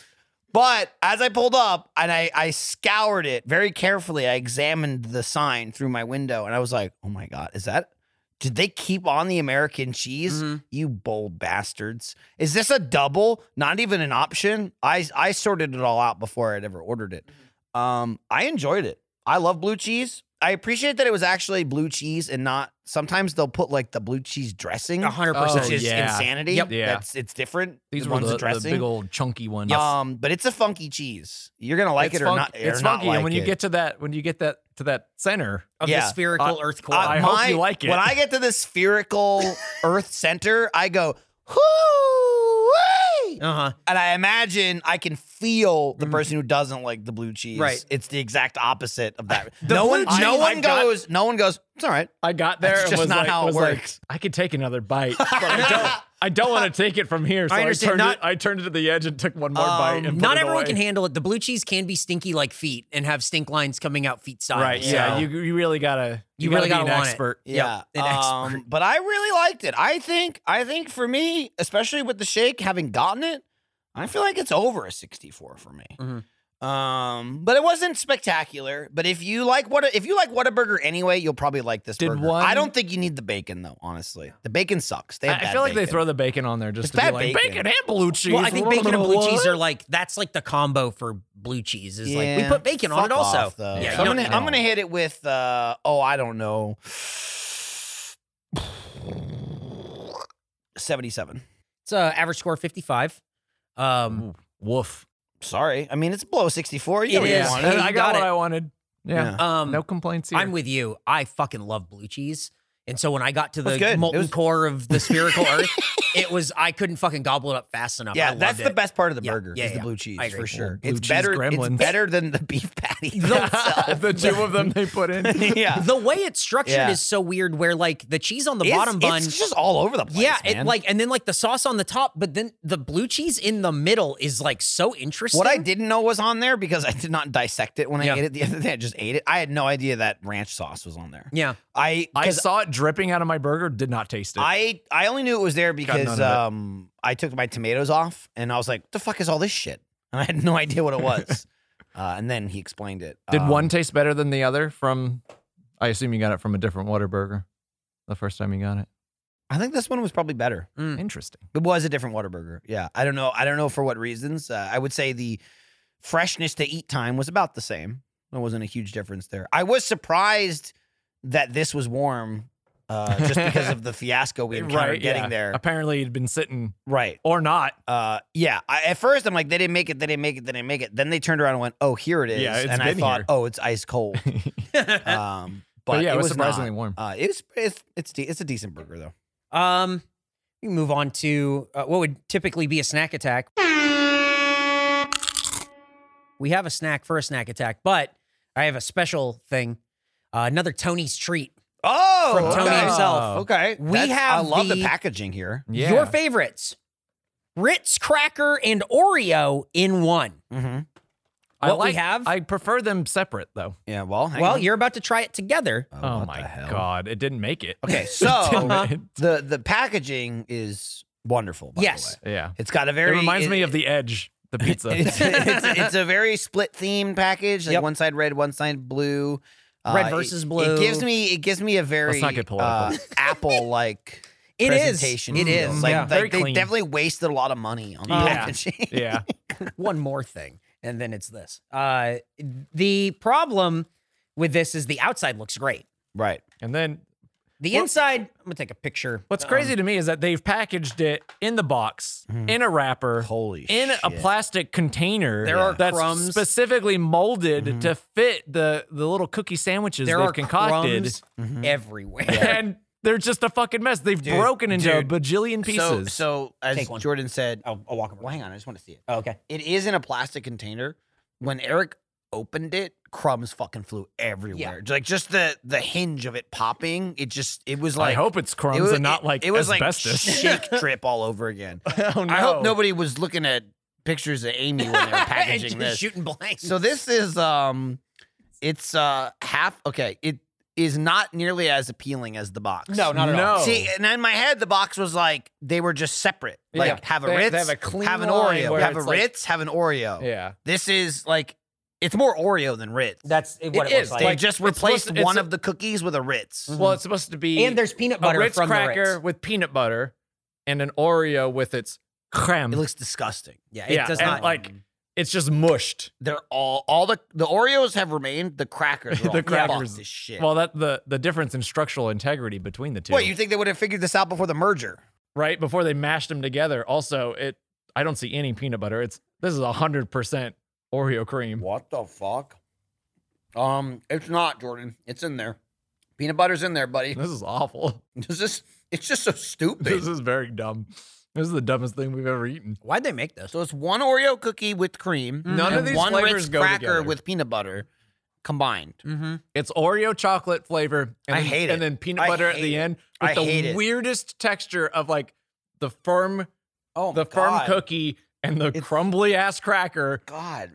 C: but as I pulled up and I, I scoured it very carefully, I examined the sign through my window and I was like, oh my God, is that? Did they keep on the American cheese?
D: Mm-hmm.
C: You bold bastards. Is this a double? Not even an option? I, I sorted it all out before I'd ever ordered it.
D: Mm-hmm.
C: Um, I enjoyed it. I love blue cheese. I appreciate that it was actually blue cheese and not sometimes they'll put like the blue cheese dressing,
B: A hundred
D: Oh,
B: percent.
C: which is
D: yeah.
C: insanity.
D: Yep. Yeah.
C: That's it's different.
D: These were
C: one's
D: the,
C: a
D: the big old chunky ones.
C: um, but it's a funky cheese. You're gonna like
D: it's
C: it or
D: funk-
C: not.
D: It's
C: or
D: funky,
C: Not like
D: and when you
C: it.
D: get to that, when you get that to that center,
B: Of the
C: Yeah.
B: spherical
D: I-
B: earth core.
C: Uh,
D: I hope you like it.
C: When I get to the spherical Earth center, I go hoo
B: uh-huh.
C: and I imagine I can feel
D: Mm-hmm.
C: the person who doesn't like the blue cheese.
B: Right.
C: It's the exact opposite of that.
D: The
C: no one,
D: blue
C: no
D: cheese-
C: one
D: I got-
C: goes. no one goes. It's all right.
D: I got there,
C: That's
D: and
C: just
D: was
C: not
D: like,
C: how it
D: was like,
C: works.
D: I could take another bite, but I don't. I don't want to take it from here, so
B: I
D: I,
B: understand,
D: turned
B: not-
D: it. I turned it to the edge and took one more bite.
B: Um,
D: And put
B: not
D: it
B: everyone
D: away.
B: can handle it. The blue cheese can be stinky like feet and have stink lines coming out feet style.
D: Right?
B: so-
D: Yeah, you you really gotta
B: You
D: you,
B: really
D: gotta, be
B: gotta
D: an
B: want it.
D: expert.
C: Yeah,
B: Yep, an expert.
C: um, but I really liked it. I think, I think for me, especially with the shake, having gotten it, I feel like it's over a 64 for me.
B: Mm-hmm.
C: Um, but it wasn't spectacular. But if you like what if you like Whataburger anyway, you'll probably like this
D: Did
C: burger.
D: one-
C: I don't think you need the bacon though. Honestly, the bacon sucks. They have
D: I, I
C: bad
D: feel like they
C: bacon.
D: throw the bacon on there just
C: It's
D: to be
C: bad
D: like
C: bacon.
D: bacon and blue cheese.
B: Well, I think bacon and blue
D: What?
B: cheese are like that's like the combo for blue cheese. Is like we
C: Yeah.
B: put bacon on
C: Fuck
B: it also.
C: off, though.
B: Yeah, you
C: I'm
B: don't
C: gonna
B: need
C: I'm
B: it.
C: gonna hit it with uh, oh I don't know, seventy seven.
B: It's uh, average score fifty five. Um,
D: Woof.
C: Sorry, I mean it's below sixty four.
B: It
C: You
B: is.
C: yeah.
D: And
B: Hey, you
D: I got,
B: got
D: what
B: it.
D: I wanted. Yeah.
B: um,
D: no complaints here.
B: I'm with you. I fucking love blue cheese. And so when I got to
C: That's good.
B: the
C: It
B: molten
C: was-
B: core of the spherical earth, it was I couldn't fucking gobble it up fast enough. I
C: Yeah,
B: loved
C: that's the
B: it.
C: best part of the
B: Yeah,
C: burger
B: yeah,
C: is the
B: yeah.
C: blue cheese
B: I agree.
C: for sure.
D: Blue
C: it's
D: cheese
C: better.
D: gremlins.
C: It's better than the beef patty.
D: the two of them they put in.
C: yeah,
B: The way it's structured
C: Yeah.
B: is so weird. Where like the cheese on the
C: It's-
B: bottom bun,
C: It's just all over the place.
B: yeah, it
C: man.
B: like and then like the sauce on the top, but then the blue cheese in the middle is like so interesting.
C: What I didn't know was on there because I did not dissect it when I
B: Yeah.
C: ate it the other day. I just ate it. I had no idea that ranch sauce was on there.
B: yeah,
C: I
D: I
C: 'cause
D: saw it dripping out of my burger. Did not taste it.
C: I I only knew it was there because
D: none of it.
C: um I took my tomatoes off and I was like, the fuck is all this shit? And I had no idea what it was. uh, and then he explained it.
D: Did
C: Um,
D: one taste better than the other? From I assume you got it from a different Whataburger the first time you got it.
C: I think this one was probably better.
D: Interesting.
C: It was a different Whataburger. Yeah. I don't know. I don't know for what reasons. Uh, I would say the freshness to eat time was about the same. There wasn't a huge difference there. I was surprised that this was warm uh, just because of the fiasco we encountered getting
D: yeah.
C: there.
D: Apparently, it'd been sitting
C: Right.
D: or not.
C: Uh, yeah. I, at first, I'm like, they didn't make it. They didn't make it. They didn't make it. Then they turned around and went, oh, here it is.
D: Yeah, it's
C: and I
D: been
C: thought,
D: here.
C: oh, it's ice cold. um, but,
D: yeah, it was
C: was not.
D: surprisingly warm.
C: Uh, it's it's it's de- it's a decent burger though.
B: Um, we move on to uh, what would typically be a snack attack. We have a snack for a snack attack, but I have a special thing. Uh, another Tony's treat.
C: Oh,
B: From Tony
C: okay.
B: himself.
C: Okay,
B: We
C: That's- I
B: have
C: love the,
B: the-
C: packaging here.
D: Yeah.
B: Your favorites: Ritz cracker and Oreo in one.
C: Mm-hmm.
D: I
B: what we
D: like,
B: have-
D: I prefer them separate though.
C: Yeah. Well, hang
B: well,
C: on.
B: you're about to try it together.
C: Oh,
D: Oh,
C: what
D: my
C: the hell.
D: god, it didn't make it.
C: Okay,
D: Didn't
C: so
D: make it.
C: the the packaging is wonderful. By
B: Yes.
C: the way.
D: yeah.
C: it's got a
D: It
C: very.
D: reminds me of the Edge, the pizza.
C: It's, it's, it's a very split themed package. Like
B: Yep.
C: one side red, one side blue. Uh,
B: Red
C: it-
B: versus
C: It
B: blue.
C: gives me it gives me a very
D: Let's not get political.
C: apple like
B: It is.
C: presentation.
B: It is. Like,
C: skills. Like,
D: Yeah.
C: like,
D: Very
C: they
D: clean.
C: definitely wasted a lot of money on the
B: Oh, Yeah.
C: packaging.
D: Yeah.
B: one more thing, and then it's this. Uh, the problem with this is the outside looks great.
C: right.
D: And then
B: The
D: Well-
B: inside, I'm gonna take a picture.
D: what's
B: Um,
D: crazy to me is that they've packaged it in the box,
C: Hmm.
D: in a wrapper,
C: Holy
D: in a
C: shit.
D: plastic container.
B: There are
D: that's
B: crumbs.
D: specifically molded
C: Mm-hmm.
D: to fit the the little cookie sandwiches
B: There
D: they've
B: are
D: concocted.
B: crumbs
C: Mm-hmm.
B: everywhere.
D: And they're just a fucking mess. They've
C: Dude,
D: broken into a
C: dude.
D: bajillion
C: So,
D: pieces.
C: so as
B: Take one.
C: Jordan said,
B: I'll, I'll walk over.
C: well, hang on, I just want to see it.
B: Oh, okay.
C: It is in a plastic container. When Eric opened it, crumbs fucking flew everywhere. Like just the the hinge of it popping, it just it was like
D: I hope it's crumbs
C: it was,
D: and not like
C: it, was
D: asbestos.
C: like shake drip all over again.
D: oh, no.
C: I hope nobody was looking at pictures of Amy when they were packaging
B: Just
C: this.
B: shooting blanks.
C: So this is um it's uh half okay, it is not nearly as appealing as the box.
B: No, not at all.
D: No.
C: See, and in my head the box was like they were just separate. Like
D: Yeah.
C: have a
D: They- they
C: Ritz,
D: have a clean
C: have an
D: line
C: Oreo,
D: where
C: have a
D: it's like-
C: Ritz, have an Oreo.
D: Yeah.
C: This is like it's more Oreo than Ritz.
B: That's what it,
D: It
B: looks
D: is,
B: like.
C: they
D: like,
C: just
D: it's
C: replaced
D: supposed to-
C: one
D: it's a- Mm-hmm.
C: of the cookies with a Ritz.
D: Well, it's supposed to be
B: and there's peanut
D: a
B: butter
D: Ritz
B: from
D: cracker
B: the Ritz.
D: with peanut butter and an Oreo with its creme.
C: It looks disgusting.
B: Yeah, it does
D: and
B: not.
D: like it's just mushed.
C: They're all all the the Oreos have remained. The crackers are
D: The
C: all
D: crackers-
C: fucked as shit.
D: Well, that the the difference in structural integrity between the two.
C: what you think they would have figured this out before the merger?
D: right before they mashed them together. Also, it I don't see any peanut butter. It's this is hundred percent Oreo cream.
C: What the fuck? Um, it's not Jordan. It's in there. Peanut butter's in there, buddy.
D: This is awful.
C: This is it's just so
D: This
C: stupid.
D: is very dumb. This is the dumbest thing we've ever eaten.
B: Why'd they make this?
C: So it's one Oreo cookie with cream,
D: Mm-hmm. None of
C: and
D: these
C: one
D: flavors
C: Ritz
D: go
C: cracker
D: together.
C: with peanut butter combined.
B: Mm-hmm.
D: It's Oreo chocolate flavor. And
C: I
D: then,
C: hate it.
D: And then peanut
C: I
D: butter at
C: hate
D: the
C: it.
D: end with
C: I
D: the
C: hate it.
D: weirdest texture of like the firm
C: Oh,
D: the firm cookie and the
C: It's-
D: crumbly ass cracker.
C: God,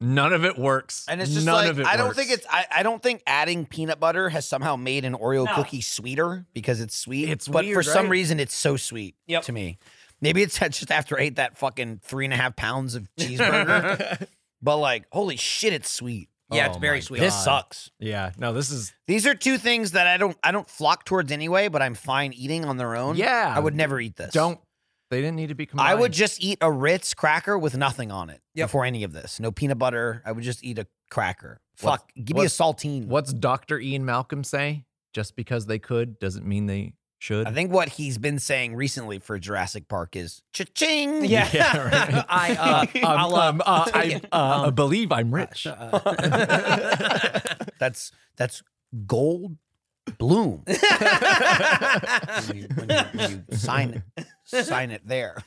D: None of it works.
C: and it's just
D: None
C: like
D: of it
C: I don't
D: works.
C: think it's I, I don't think adding peanut butter has somehow made an Oreo cookie sweeter because it's sweet.
D: It's
C: but
D: weird,
C: for some
D: right?
C: reason it's so sweet
B: Yep.
C: to me. Maybe it's just after I ate that fucking three and a half pounds of cheeseburger. but like, holy shit, it's sweet.
B: Yeah, it's
D: Oh
B: very
D: my
B: sweet.
C: This sucks.
D: Yeah. No, this is
C: These are two things that I don't I don't flock towards anyway, but I'm fine eating on their own.
D: Yeah.
C: I would never eat this.
D: don't they didn't need to be combined.
C: I would just eat a Ritz cracker with nothing on it
B: Yep.
C: before any of this. No peanut butter. I would just eat a cracker.
D: What-
C: Fuck, give me a
D: what-
C: saltine.
D: What's Dr. Ian Malcolm say? Just because they could doesn't mean they should.
C: I think what he's been saying recently for Jurassic Park is cha-ching.
B: Yeah.
D: Yeah, right.
B: I uh, I'll, uh,
D: um, uh, I uh, believe I'm rich.
B: uh,
C: That's that's gold bloom.
B: uh.
C: when, you, when you- when you sign it, sign it there.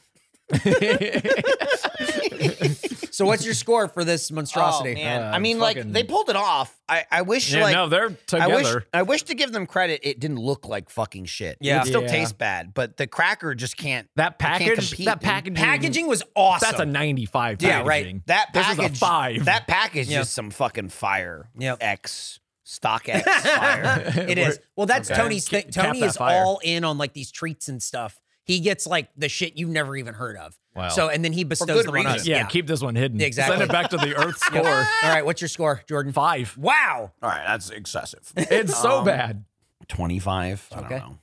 B: so what's your score for this monstrosity?
C: Oh, man.
D: Uh,
C: I mean, like
D: fucking-
C: they pulled it off. I, I wish
D: yeah,
C: like
D: no, they're
C: I
D: together.
C: wish I wish to give them credit. It didn't look like fucking shit.
B: Yeah.
C: it still
D: Yeah.
C: tastes bad, but the cracker just can't.
D: that
C: can't
D: package,
C: compete,
D: that
C: dude.
D: packaging,
B: Packaging was awesome.
D: That's a 95
B: Yeah, right.
D: packaging.
C: That
D: This is a
C: package
D: five.
C: That package
B: Yeah.
C: is some fucking fire.
B: Yep.
C: X stock X fire.
B: it is. Well, that's
D: Okay.
B: Tony's
D: Ca-
B: thing.
D: cap
B: Tony
D: that
B: is
D: fire.
B: all in on like these treats and stuff. He gets like the shit you've never even heard of.
D: Wow.
B: So and then he bestows
C: good
B: them on us.
C: reason.
D: yeah, keep this one hidden.
B: Exactly.
D: Send it back to the Earth
B: Yeah.
D: score.
B: All right, what's your score, Jordan?
D: Five.
B: Wow.
C: All right, that's excessive.
D: It's so
C: Um,
D: bad.
C: Twenty five. I
B: Okay.
C: don't know.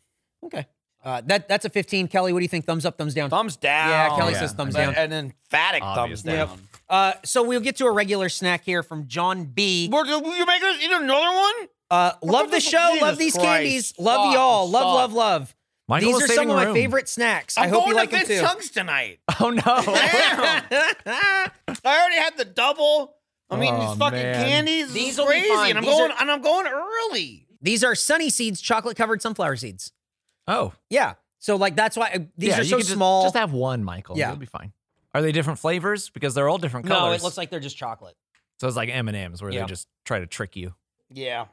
B: Okay. Uh, that that's a 15. Kelly, what do you think? Thumbs up, thumbs down.
C: Thumbs down.
B: Yeah, Kelly says thumbs down.
C: An emphatic
D: Obviously.
C: thumbs
B: Yep.
C: down.
B: Uh, so we'll get to a regular snack here from John B.
C: We're- You make us eat another one?
B: Uh, love the
C: Jesus
B: show. love these
C: Christ.
B: candies. Love
C: Stop,
B: y'all. Love,
C: stop.
B: love, love.
D: Michael
B: these
D: is
B: are some
D: saving
B: of my
D: room.
B: favorite snacks.
C: I'm
B: I hope
C: going
B: you like
C: to
B: them
C: Vince
B: too.
C: Hugs tonight.
D: Oh no.
C: Damn. I already had the double. I'm eating
D: Oh,
C: these fucking
D: man.
C: candies. This
B: These
C: is
B: will be
C: crazy.
B: fine.
C: And I'm
B: These
C: going
B: are-
C: and I'm going early.
B: These are sunny seeds, chocolate covered sunflower seeds.
D: oh.
B: Yeah. So like that's why uh, these
D: yeah,
B: are
D: you
B: so
D: could just-
B: small.
D: Just, have one, Michael.
B: Yeah.
D: You'll be fine. Are they different flavors? Because they're all different
B: no,
D: colors.
B: it looks like they're just chocolate.
D: so it's like M and M's where
B: Yeah.
D: they just try to trick you.
C: Yeah.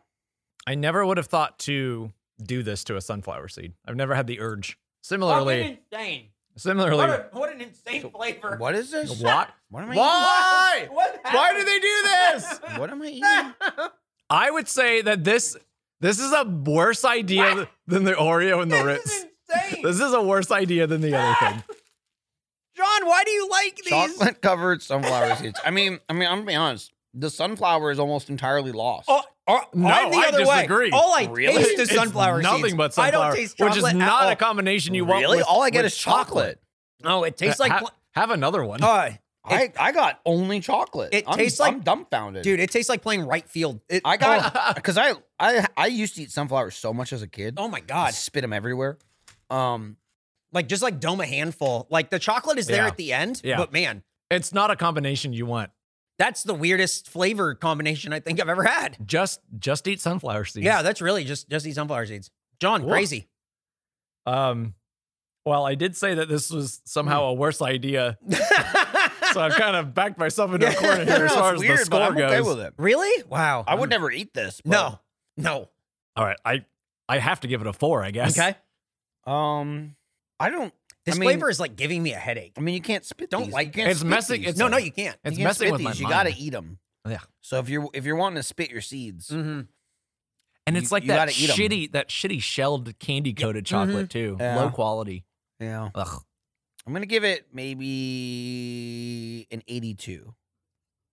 D: I never would have thought to do this to a sunflower seed. I've never had the urge. Similarly,
B: insane.
D: similarly,
B: what an insane flavor.
C: What is this?
D: what?
C: What am I
D: Why?
B: What
D: Why do they do this?
C: eating? What am I eating?
D: I would say that this this is a worse idea than the Oreo and the Ritz.
B: insane.
D: This is a worse idea than the other thing.
B: John, why do you like these?
C: Chocolate covered sunflower seeds. I mean, I mean, I'm gonna be honest. The sunflower is almost entirely lost.
B: Oh, Or,
D: No,
B: I'm the
D: I
B: other Way.
D: disagree.
B: All I
C: Really?
B: taste is
D: It's
B: sunflower
D: nothing
B: seeds.
D: but sunflower,
B: I don't taste
D: which
B: chocolate
D: is
B: at
D: not
B: all.
D: a combination you want.
C: really?
D: with-
C: All I get
D: with
C: is chocolate.
B: No, it tastes like
D: Ha-
B: pla-
D: have another one.
C: Oh.
B: uh,
C: I, I got only chocolate.
B: It
C: I'm,
B: tastes like-
C: I'm dumbfounded, Oh.
B: dude. It tastes like playing right field. It-
C: I got because I I I used to eat sunflowers so much as a kid.
B: oh, oh my
C: I
B: god,
C: spit them everywhere. Um,
B: like just like dome a handful. Like the chocolate is there
D: Yeah.
B: at the end,
D: Yeah.
B: but man,
D: it's not a combination you want.
B: that's the weirdest flavor combination I think I've ever had.
D: Just just eat sunflower seeds.
B: Yeah, that's really just just these sunflower seeds. John,
D: Whoa.
B: crazy.
D: Um. Well, I did say that this was somehow
C: Hmm.
D: a worse idea, so I've kind of backed myself into a corner
C: I
D: here
C: don't
D: as
C: know,
D: far
C: it's
D: as
C: weird,
D: the
C: but
D: score
C: I'm
D: goes.
C: okay with it.
B: really? Wow.
C: I would never eat this.
B: No, no.
D: All right, I I have to give it a four, I guess.
B: Okay.
C: no. Um, I don't.
B: This
C: I mean,
B: flavor is like giving me a headache.
C: I mean, you can't spit.
B: Don't
C: these.
B: like
C: You can't
D: It's
C: spit
D: messing-
C: these.
D: it's-
B: No, no, you can't.
D: It's
C: you can't
D: messing
C: spit
D: with my
C: these. You
D: mind.
C: gotta eat them.
D: Yeah. Mm.
C: So if you're if you're wanting to spit your seeds,
B: Mhm.
D: and
C: You-
D: it's like
C: you
D: that
C: gotta eat 'em. Mm-hmm.
D: shitty that shitty shelled candy coated chocolate too,
C: Yeah.
D: low quality.
C: yeah,
D: Ugh.
C: I'm gonna give it maybe an 82,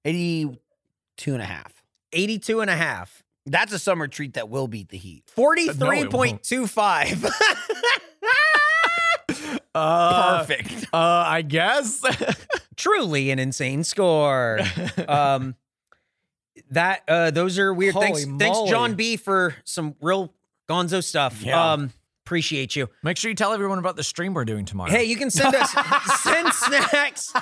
C: 82 and a half.
B: 82 and a half.
C: That's a summer treat that will beat the heat.
B: 43.25.
D: Uh,
C: Perfect.
D: Uh, I guess.
B: Truly an insane score. Um that uh those are weird
D: Holy
B: things. Thanks
D: moly.
B: John B for some real gonzo stuff.
C: Yeah.
B: Um appreciate you.
D: Make sure you tell everyone about the stream we're doing tomorrow.
B: Hey, you can send us send snacks.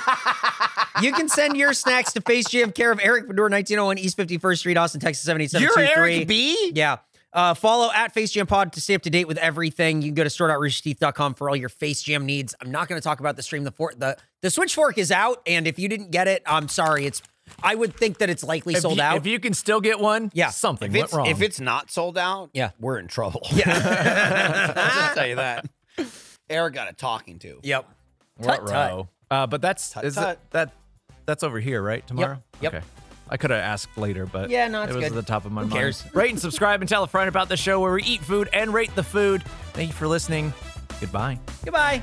B: You can send your snacks to Face Jam care of Eric Bedore, 1901 East 51st Street, Austin, Texas 78723.
C: B.
B: Yeah. Uh, follow at Face Jam Pod to stay up to date with everything. You can go to store.roosterteeth.com for all your Face Jam needs. I'm not going to talk about the stream. The for- the the Switch Fork is out, and if you didn't get it, I'm sorry. It's I would think that it's likely
D: if
B: sold
D: you,
B: out.
D: If you can still get one,
B: Yeah.
D: something
C: If
D: went
C: it's,
D: wrong.
C: if it's not sold out,
B: Yeah.
C: we're in trouble. I'll
B: yeah.
C: just tell you that. Eric got a talking to.
B: yep.
D: What
B: Tut, tut.
D: row? Uh, but that's
C: Tut,
D: is it-
C: tut.
D: that that's over here, right? Tomorrow.
B: yep.
D: Okay. I could have asked later, but
B: Yeah, no, it's
D: it was
B: good.
D: at the top of my
B: Who
D: mind.
B: cares?
D: Rate and subscribe and tell a friend about the show where we eat food and rate the food. Thank you for listening. Goodbye.
B: Goodbye.